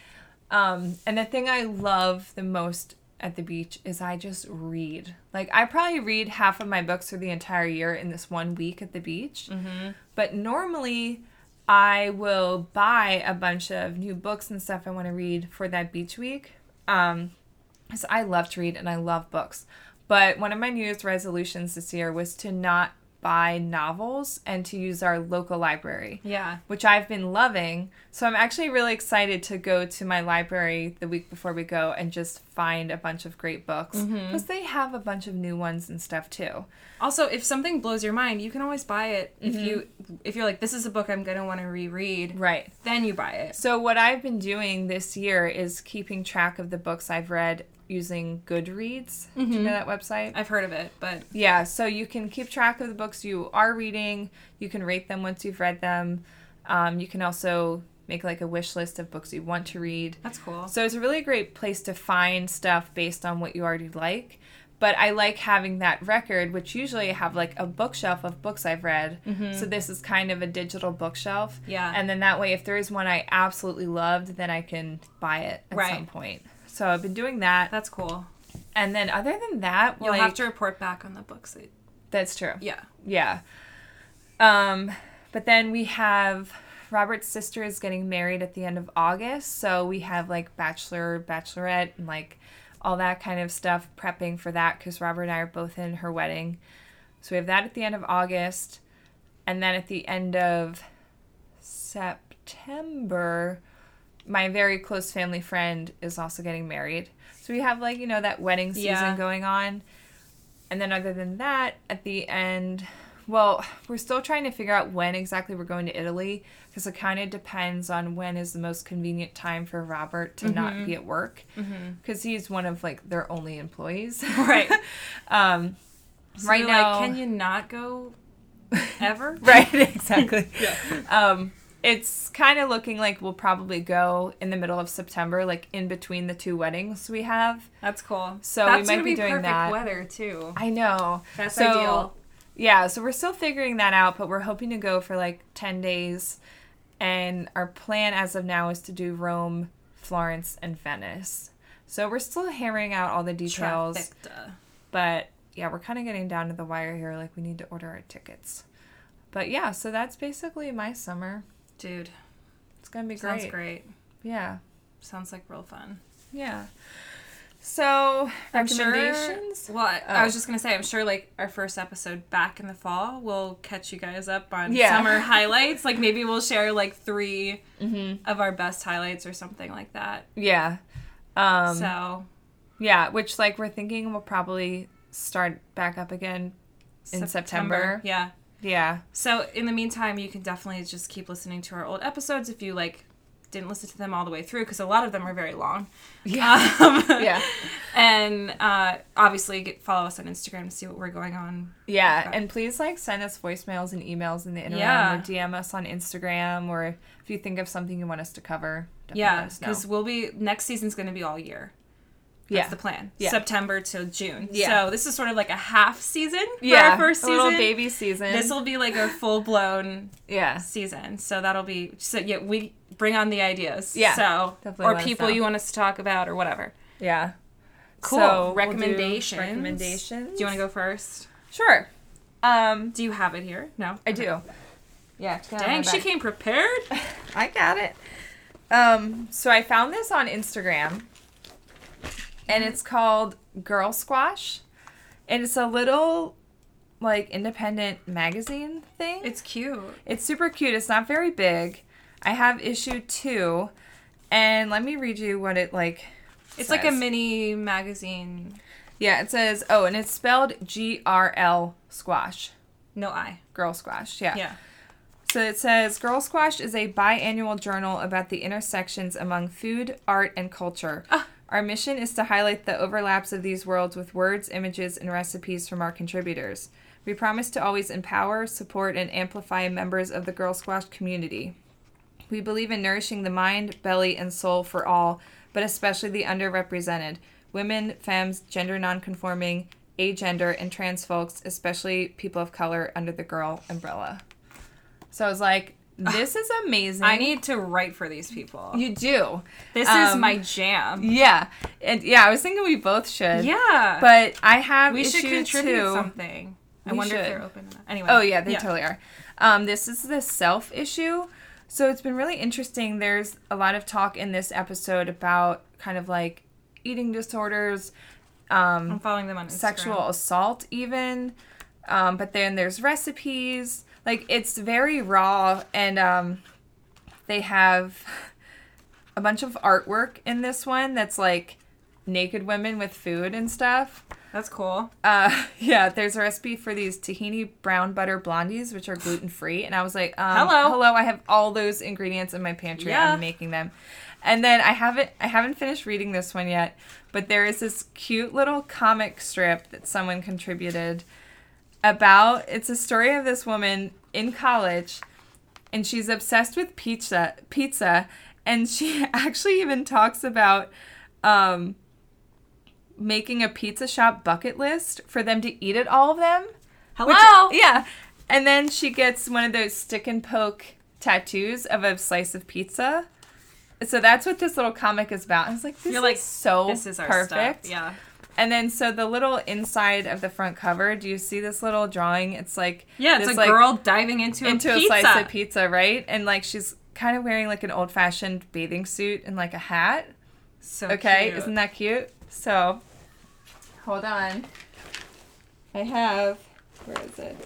S2: Um, and the thing I love the most at the beach is I just read. Like I probably read half of my books for the entire year in this one week at the beach.
S1: Mhm.
S2: But normally I will buy a bunch of new books and stuff I want to read for that beach week. Um, 'cause I love to read and I love books. But one of my New Year's resolutions this year was to not buy novels and to use our local library
S1: Yeah.
S2: which I've been loving. So I'm actually really excited to go to my library the week before we go and just find a bunch of great books because
S1: Mhm.
S2: they have a bunch of new ones and stuff too.
S1: Also, if something blows your mind, you can always buy it. If
S2: Mhm.
S1: you if you're like, this is a book I'm gonna want to reread.
S2: Right.
S1: Then you buy it.
S2: So what I've been doing this year is keeping track of the books I've read using Goodreads. Do you
S1: Mhm.
S2: know that website?
S1: I've heard of it, but
S2: Yeah, so you can keep track of the books you are reading. You can rate them once you've read them. Um, you can also make like a wish list of books you want to read.
S1: That's cool.
S2: So it's a really great place to find stuff based on what you already like. But I like having that record, which usually I have like a bookshelf of books I've read.
S1: Mhm.
S2: So this is kind of a digital bookshelf.
S1: Yeah.
S2: And then that way, if there is one I absolutely loved, then I can buy it at
S1: Right.
S2: some point. So I've been doing that.
S1: That's cool.
S2: And then other than that,
S1: you'll
S2: like,
S1: have to report back on the books. That,
S2: that's true.
S1: yeah.
S2: Yeah. Um, but then we have Robert's sister is getting married at the end of August, so we have like bachelor, bachelorette, and like all that kind of stuff prepping for that because Robert and I are both in her wedding. So we have that at the end of August, and then at the end of September, my very close family friend is also getting married. So we have like, you know, that wedding season
S1: Yeah.
S2: going on. And then other than that, at the end Well, we're still trying to figure out when exactly we're going to Italy because it kind of depends on when is the most convenient time for Robert to not
S1: Mm-hmm.
S9: Mhm.
S2: be at work
S9: Mhm.
S2: because he's one of like their only employees.
S1: Right.
S2: um,
S1: So
S2: right
S1: you're
S2: now,
S1: like, can you not go ever?
S2: right exactly um it's kind of looking like we'll probably go in the middle of september like in between the two weddings we have
S1: that's cool
S2: so
S1: That's
S2: we
S1: gonna
S2: might be,
S1: be
S2: doing
S1: perfect
S2: that
S1: weather, too.
S2: i know
S1: That's
S2: So-
S1: ideal.
S2: yeah so we're still figuring that out but we're hoping to go for like 10 days and our plan as of now is to do rome florence and venice so we're still hammering out all the details
S1: Trifecta.
S2: but yeah, we're kind of getting down to the wire here. Like, we need to order our tickets. But yeah, so that's basically my summer.
S1: Dude.
S2: It's going to be
S1: Sounds
S2: great.
S1: great.
S2: Yeah.
S1: Sounds like real fun.
S2: Yeah. So,
S1: I'm sure.
S2: recommendations?
S1: Well, I, I was
S2: Oh.
S1: just gonna say, I'm sure like our first episode back in the fall, we'll catch you guys up on
S2: Yeah.
S1: summer highlights. Like maybe we'll share like 3
S2: Mhm.
S1: of our best highlights or something like that.
S2: Yeah. Um,
S1: So-
S2: Yeah, which, like, we're thinking we'll probably start back up again in September.
S1: Yeah.
S2: Yeah.
S1: So in the meantime, you can definitely just keep listening to our old episodes if you like didn't listen to them all the way through because a lot of them are very long.
S2: Yeah.
S1: Um,
S2: Yeah.
S1: And uh, obviously, get, follow us on Instagram to see what we're going on.
S2: Yeah, and please like send us voicemails and emails in the interim,
S1: Yeah.
S2: or DM us on Instagram, or if you think of something you want us to cover. definitely let
S1: yeah,
S2: us know.
S1: because we'll be next season's going to be all year. That's
S2: Yeah.
S1: the plan.
S2: Yeah.
S1: September to June.
S2: Yeah.
S1: So this is sort of like a half season for
S2: Yeah,
S1: our first
S2: a
S1: season.
S2: little baby season.
S1: This will be like a full blown
S2: yeah
S1: season. So that'll be so yeah, we bring on the ideas.
S2: Yeah,
S1: So
S2: definitely
S1: or
S2: let us
S1: people
S2: know.
S1: you want us to talk about or whatever.
S2: Yeah.
S1: Cool.
S2: So, we'll do
S1: recommendations.
S2: recommendations.
S1: Do you want to go first?
S2: Sure. Um,
S1: do you have it here? No.
S2: I do. Yeah. get out of
S1: Dang,
S2: my
S1: she
S2: bag.
S1: came prepared.
S2: I got it. Um, so I found this on Instagram, and it's called Girl Squash, and it's a little like independent magazine thing.
S1: It's cute.
S2: It's super cute. It's not very big. I have issue two, and let me read you what it like.
S1: It's like a
S2: says.
S1: mini magazine.
S2: Yeah, it says, oh, and it's spelled G R L squash.
S1: No I.
S2: Girl squash, yeah.
S1: Yeah.
S2: So it says Girl Squash is a biannual journal about the intersections among food, art, and culture.
S1: Ah.
S2: Our mission is to highlight the overlaps of these worlds with words, images, and recipes from our contributors. We promise to always empower, support, and amplify members of the Girl Squash community. We believe in nourishing the mind, belly, and soul for all, but especially the underrepresented women, femmes, gender nonconforming, agender, and trans folks, especially people of color under the girl umbrella. So I was like, this is amazing.
S1: I need to write for these people.
S2: You do.
S1: This is
S2: Um,
S1: my jam.
S2: Yeah. And yeah, I was thinking we both should.
S1: Yeah.
S2: But I have
S1: We should
S2: issue
S1: contribute
S2: two.
S1: something. I
S2: We
S1: wonder if
S2: should.
S1: they're open to that. Anyway.
S2: Oh yeah, they totally are. Um, this is the self issue. So it's been really interesting. There's a lot of talk in this episode about kind of like eating disorders. Um,
S1: I'm following them on Instagram.
S2: sexual assault, even. Um, but then there's recipes. Like it's very raw, and um, they have a bunch of artwork in this one that's like naked women with food and stuff.
S1: That's cool.
S2: Uh, yeah, there's a recipe for these tahini brown butter blondies, which are gluten free. And I was like, um,
S1: Hello.
S2: hello, I have all those ingredients in my pantry.
S1: Yeah.
S2: I'm making them. And then I haven't, I haven't finished reading this one yet, but there is this cute little comic strip that someone contributed about. It's a story of this woman in college, and she's obsessed with pizza. Pizza, and she actually even talks about. Um, making a pizza shop bucket list for them to eat at all of them. Which-
S1: Hello?
S2: yeah. And then she gets one of those stick and poke tattoos of a slice of pizza. So that's what this little comic is about. I was like, this
S1: You're
S2: is
S1: like,
S2: so
S1: this is our stuff.
S2: perfect.
S1: Yeah.
S2: And then so the little inside of the front cover, do you see this little drawing? It's like
S1: Yeah, it's
S2: this,
S1: a girl diving into a
S2: into
S1: pizza.
S2: a slice of pizza, right? And like she's kind of wearing like an old fashioned bathing suit and like a hat.
S1: So
S2: okay,
S1: cute.
S2: isn't that cute? So hold on. I have where is it?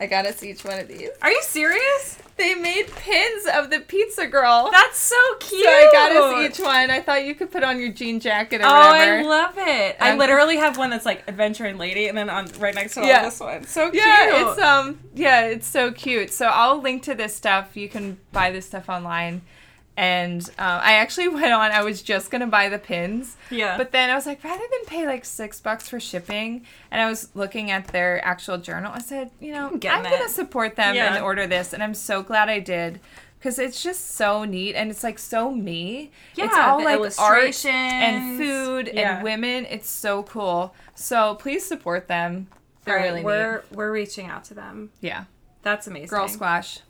S2: I got us each one of these.
S1: Are you serious?
S2: They made pins of the pizza girl.
S1: That's so cute.
S2: So I got us each one. I thought you could put on your jean jacket or
S1: Oh,
S2: whatever.
S1: I love it. I
S2: Um,
S1: literally have one that's like Adventuring Lady, and then on right next to
S2: Yeah.
S1: this one. So cute.
S2: Yeah, it's um yeah, it's so cute. So I'll link to this stuff. You can buy this stuff online. And um, I actually went on. I was just gonna buy the pins,
S1: Yeah.
S2: But then I was like, rather than pay like six bucks for shipping, and I was looking at their actual journal. I said, you know, I'm,
S1: getting
S2: gonna
S1: it.
S2: support them
S1: Yeah.
S2: and order this, and I'm so glad I did because it's just so neat and it's like so me. it's
S1: Yeah,
S2: all
S1: the
S2: like art
S1: illustrations.
S2: and food
S1: Yeah.
S2: and women. It's so cool. So please support them. They're
S1: Right,
S2: really neat.
S1: we're we're reaching out to them.
S2: Yeah.
S1: That's amazing.
S2: Girl Squash.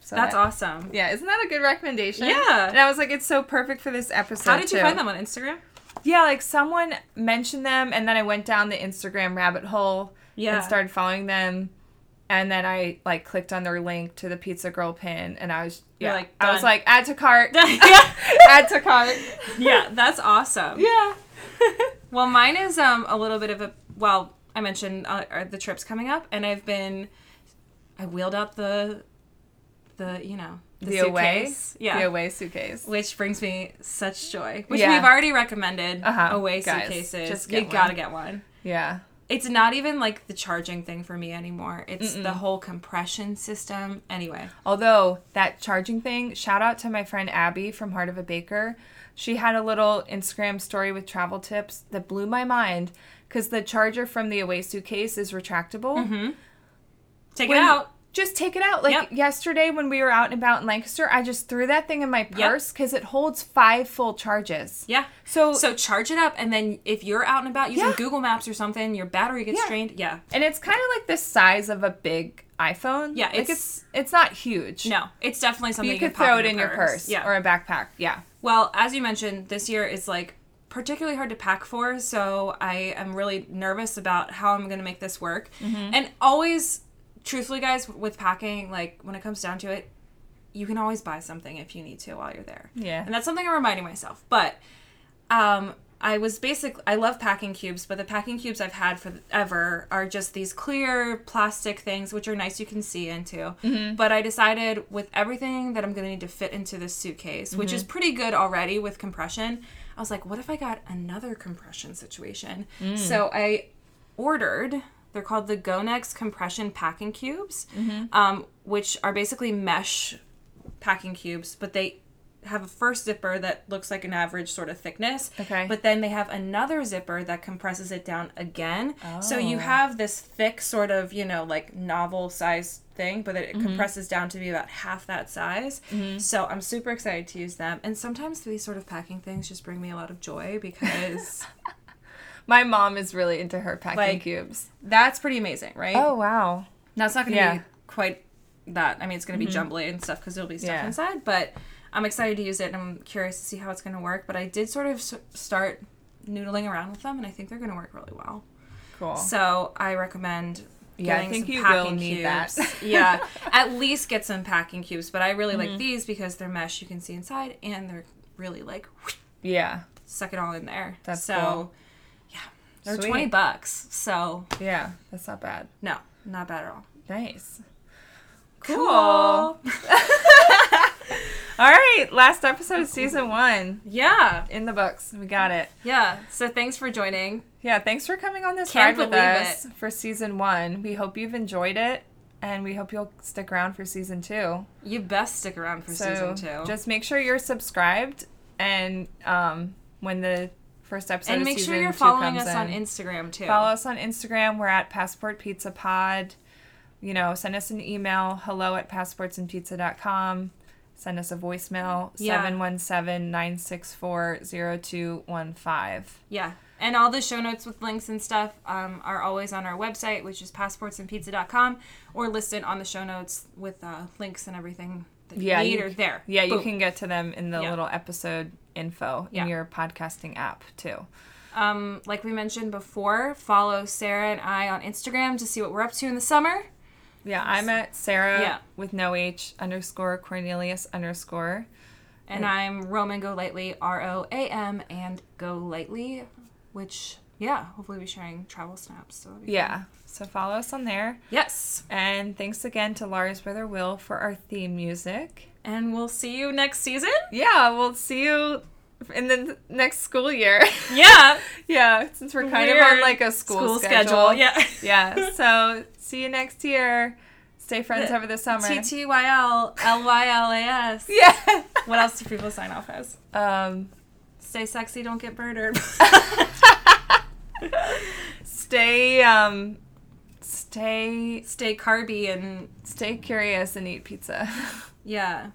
S2: So
S1: That's
S2: that-
S1: awesome.
S2: Yeah, isn't that a good recommendation?
S1: Yeah.
S2: And I was like, it's so perfect for this episode.
S1: How did you
S2: too.
S1: find them on Instagram?
S2: Yeah, like someone mentioned them, and then I went down the Instagram rabbit hole
S1: Yeah.
S2: and started following them. And then I like clicked on their link to the Pizza Girl pin, and I was
S1: You're
S2: yeah,
S1: like,
S2: I was
S1: done.
S2: like, add to cart, add to cart.
S1: yeah, that's awesome.
S2: Yeah.
S1: well, mine is um a little bit of a well, I mentioned uh, are the trips coming up, and I've been I wheeled out the the you know the,
S2: The away?
S1: suitcase. yeah
S2: The away suitcase.
S1: which brings me such joy, which
S2: Yeah.
S1: we've already recommended
S2: Uh-huh.
S1: away
S2: Guys,
S1: suitcases.
S2: just
S1: you
S2: get
S1: gotta
S2: one.
S1: get one.
S2: Yeah.
S1: It's not even like the charging thing for me anymore. It's the
S2: Mm-mm.
S1: whole compression system. Anyway,
S2: Although that charging thing, shout out to my friend Abby from Heart of a Baker. She had a little Instagram story with travel tips that blew my mind because the charger from the away suitcase is retractable.
S1: Mhm. Take it
S2: When-
S1: out.
S2: Just take it out. Like yesterday when we were out and about in Lancaster, I just threw that thing in my purse because it holds five full charges.
S1: Yeah.
S2: So
S1: so charge it up, and then if you're out and about using
S2: Yeah.
S1: Google Maps or something, your battery gets
S2: Yeah.
S1: drained. Yeah.
S2: And it's kind of like the size of a big iPhone.
S1: Yeah,
S2: Like,
S1: it's-
S2: it's it's not huge.
S1: No, it's definitely something
S2: you
S1: you,
S2: could
S1: can pop
S2: throw it in your
S1: purse.
S2: purse
S1: Yeah.
S2: or a backpack. Yeah.
S1: Well, as you mentioned, this year is like particularly hard to pack for, so I am really nervous about how I'm going to make this work.
S2: Mhm.
S1: And always, truthfully, guys, with packing, like when it comes down to it, you can always buy something if you need to while you're there.
S2: Yeah.
S1: And that's something I'm reminding myself. But um, I was basically I love packing cubes, but the packing cubes I've had for ever are just these clear plastic things, which are nice you can see into.
S2: Mhm.
S1: But I decided with everything that I'm going to need to fit into this suitcase, which is
S2: Mhm.
S1: pretty good already with compression. I was like, what if I got another compression situation?
S2: Mm.
S1: So I ordered. They're called the Gonex compression packing cubes
S2: Mhm.
S1: um, which are basically mesh packing cubes, but they have a first zipper that looks like an average sort of thickness.
S2: Okay.
S1: But then they have another zipper that compresses it down again. So you
S2: Oh.
S1: have this thick sort of, you know, like novel size thing, but it
S2: Mhm.
S1: compresses down to be about half that size.
S2: Mhm.
S1: So I'm super excited to use them. And sometimes these sort of packing things just bring me a lot of joy because
S2: My mom is really into her packing
S1: Like,
S2: cubes.
S1: that's pretty amazing, right?
S2: Oh wow.
S1: Now it's not going to
S2: Yeah.
S1: be quite that. I mean, it's going to
S2: Mhm.
S1: be jumbly and stuff because there'll be stuff
S2: Yeah.
S1: inside. But I'm excited to use it, and I'm curious to see how it's going to work. But I did sort of s- start noodling around with them, and I think they're going to work really well.
S2: Cool.
S1: So I recommend.
S2: Yeah, I
S1: getting
S2: think
S1: some
S2: you
S1: packing
S2: will need that.
S1: cubes. yeah, at least get some packing cubes. But I really like
S2: Mhm.
S1: these because they're mesh; you can see inside, and they're really like
S2: Yeah.
S1: suck it all in there.
S2: That's
S1: so,
S2: cool.
S1: yeah, they're
S2: Sweet.
S1: twenty bucks. So
S2: Yeah, that's not bad.
S1: no, not bad at all.
S2: Nice. Cool. All right, last episode of season one.
S1: Yeah.
S2: In the books. We got it.
S1: Yeah. So thanks for joining.
S2: Yeah, thanks for coming on this
S1: Can't
S2: ride with
S1: believe
S2: us for season one. We hope you've enjoyed it and we hope you'll stick around for season two.
S1: You best stick around for season two.
S2: Just make sure you're subscribed and um, when the first episode
S1: and
S2: of
S1: make
S2: season
S1: sure you're
S2: two
S1: following
S2: comes
S1: us on
S2: in.
S1: Instagram too.
S2: Follow us on Instagram. We're at Passport Pizza Pod. You know, send us an email, hello at passportsandpizza.com. Send us a voicemail,
S1: Yeah.
S2: 717 964 0215.
S1: Yeah. And all the show notes with links and stuff um, are always on our website, which is passportsandpizza.com, or listed on the show notes with uh, links and everything that you
S2: Yeah,
S1: need
S2: you-
S1: are there.
S2: Yeah, you
S1: Boom.
S2: can get to them in the
S1: Yeah.
S2: little episode info
S1: Yeah.
S2: in your podcasting app, too.
S1: Um, like we mentioned before, follow Sarah and I on Instagram to see what we're up to in the summer.
S2: Yeah, I'm at Sarah
S1: Yeah.
S2: with no H underscore Cornelius underscore.
S1: And I'm Roman Go Lightly, R O A M, and Go Lightly, which yeah, hopefully we'll be sharing travel snaps. So that'll be
S2: Yeah. So follow us on there.
S1: Yes.
S2: And thanks again to Laura's brother Will for our theme music.
S1: And we'll see you next season.
S2: Yeah, we'll see you in the next school year.
S1: Yeah.
S2: yeah, since we're kind of on
S1: Weird
S2: like a school,
S1: school
S2: schedule.
S1: schedule, yeah.
S2: yeah. So see you next year. Stay friends over the summer.
S1: T T Y L L Y L A S.
S2: Yeah.
S1: What else do people sign off as?
S2: Um,
S1: Stay sexy, don't get murdered.
S2: stay um stay
S1: stay carby and
S2: stay curious and eat pizza.
S1: yeah.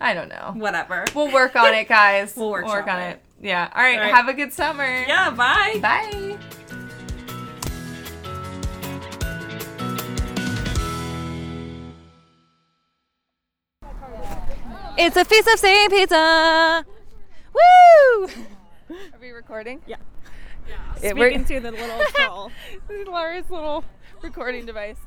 S2: I don't know.
S1: Whatever.
S2: We'll work on it, guys.
S1: We'll
S2: work,
S1: workshop
S2: on
S1: it.
S2: it. Yeah. All right,
S1: All right.
S2: Have a good summer.
S1: Yeah, bye.
S2: Bye.
S16: It's a feast of Saint Pizza. Woo!
S9: Are we recording? Yeah.
S16: Speaking to the little troll.
S9: Laura's little recording device.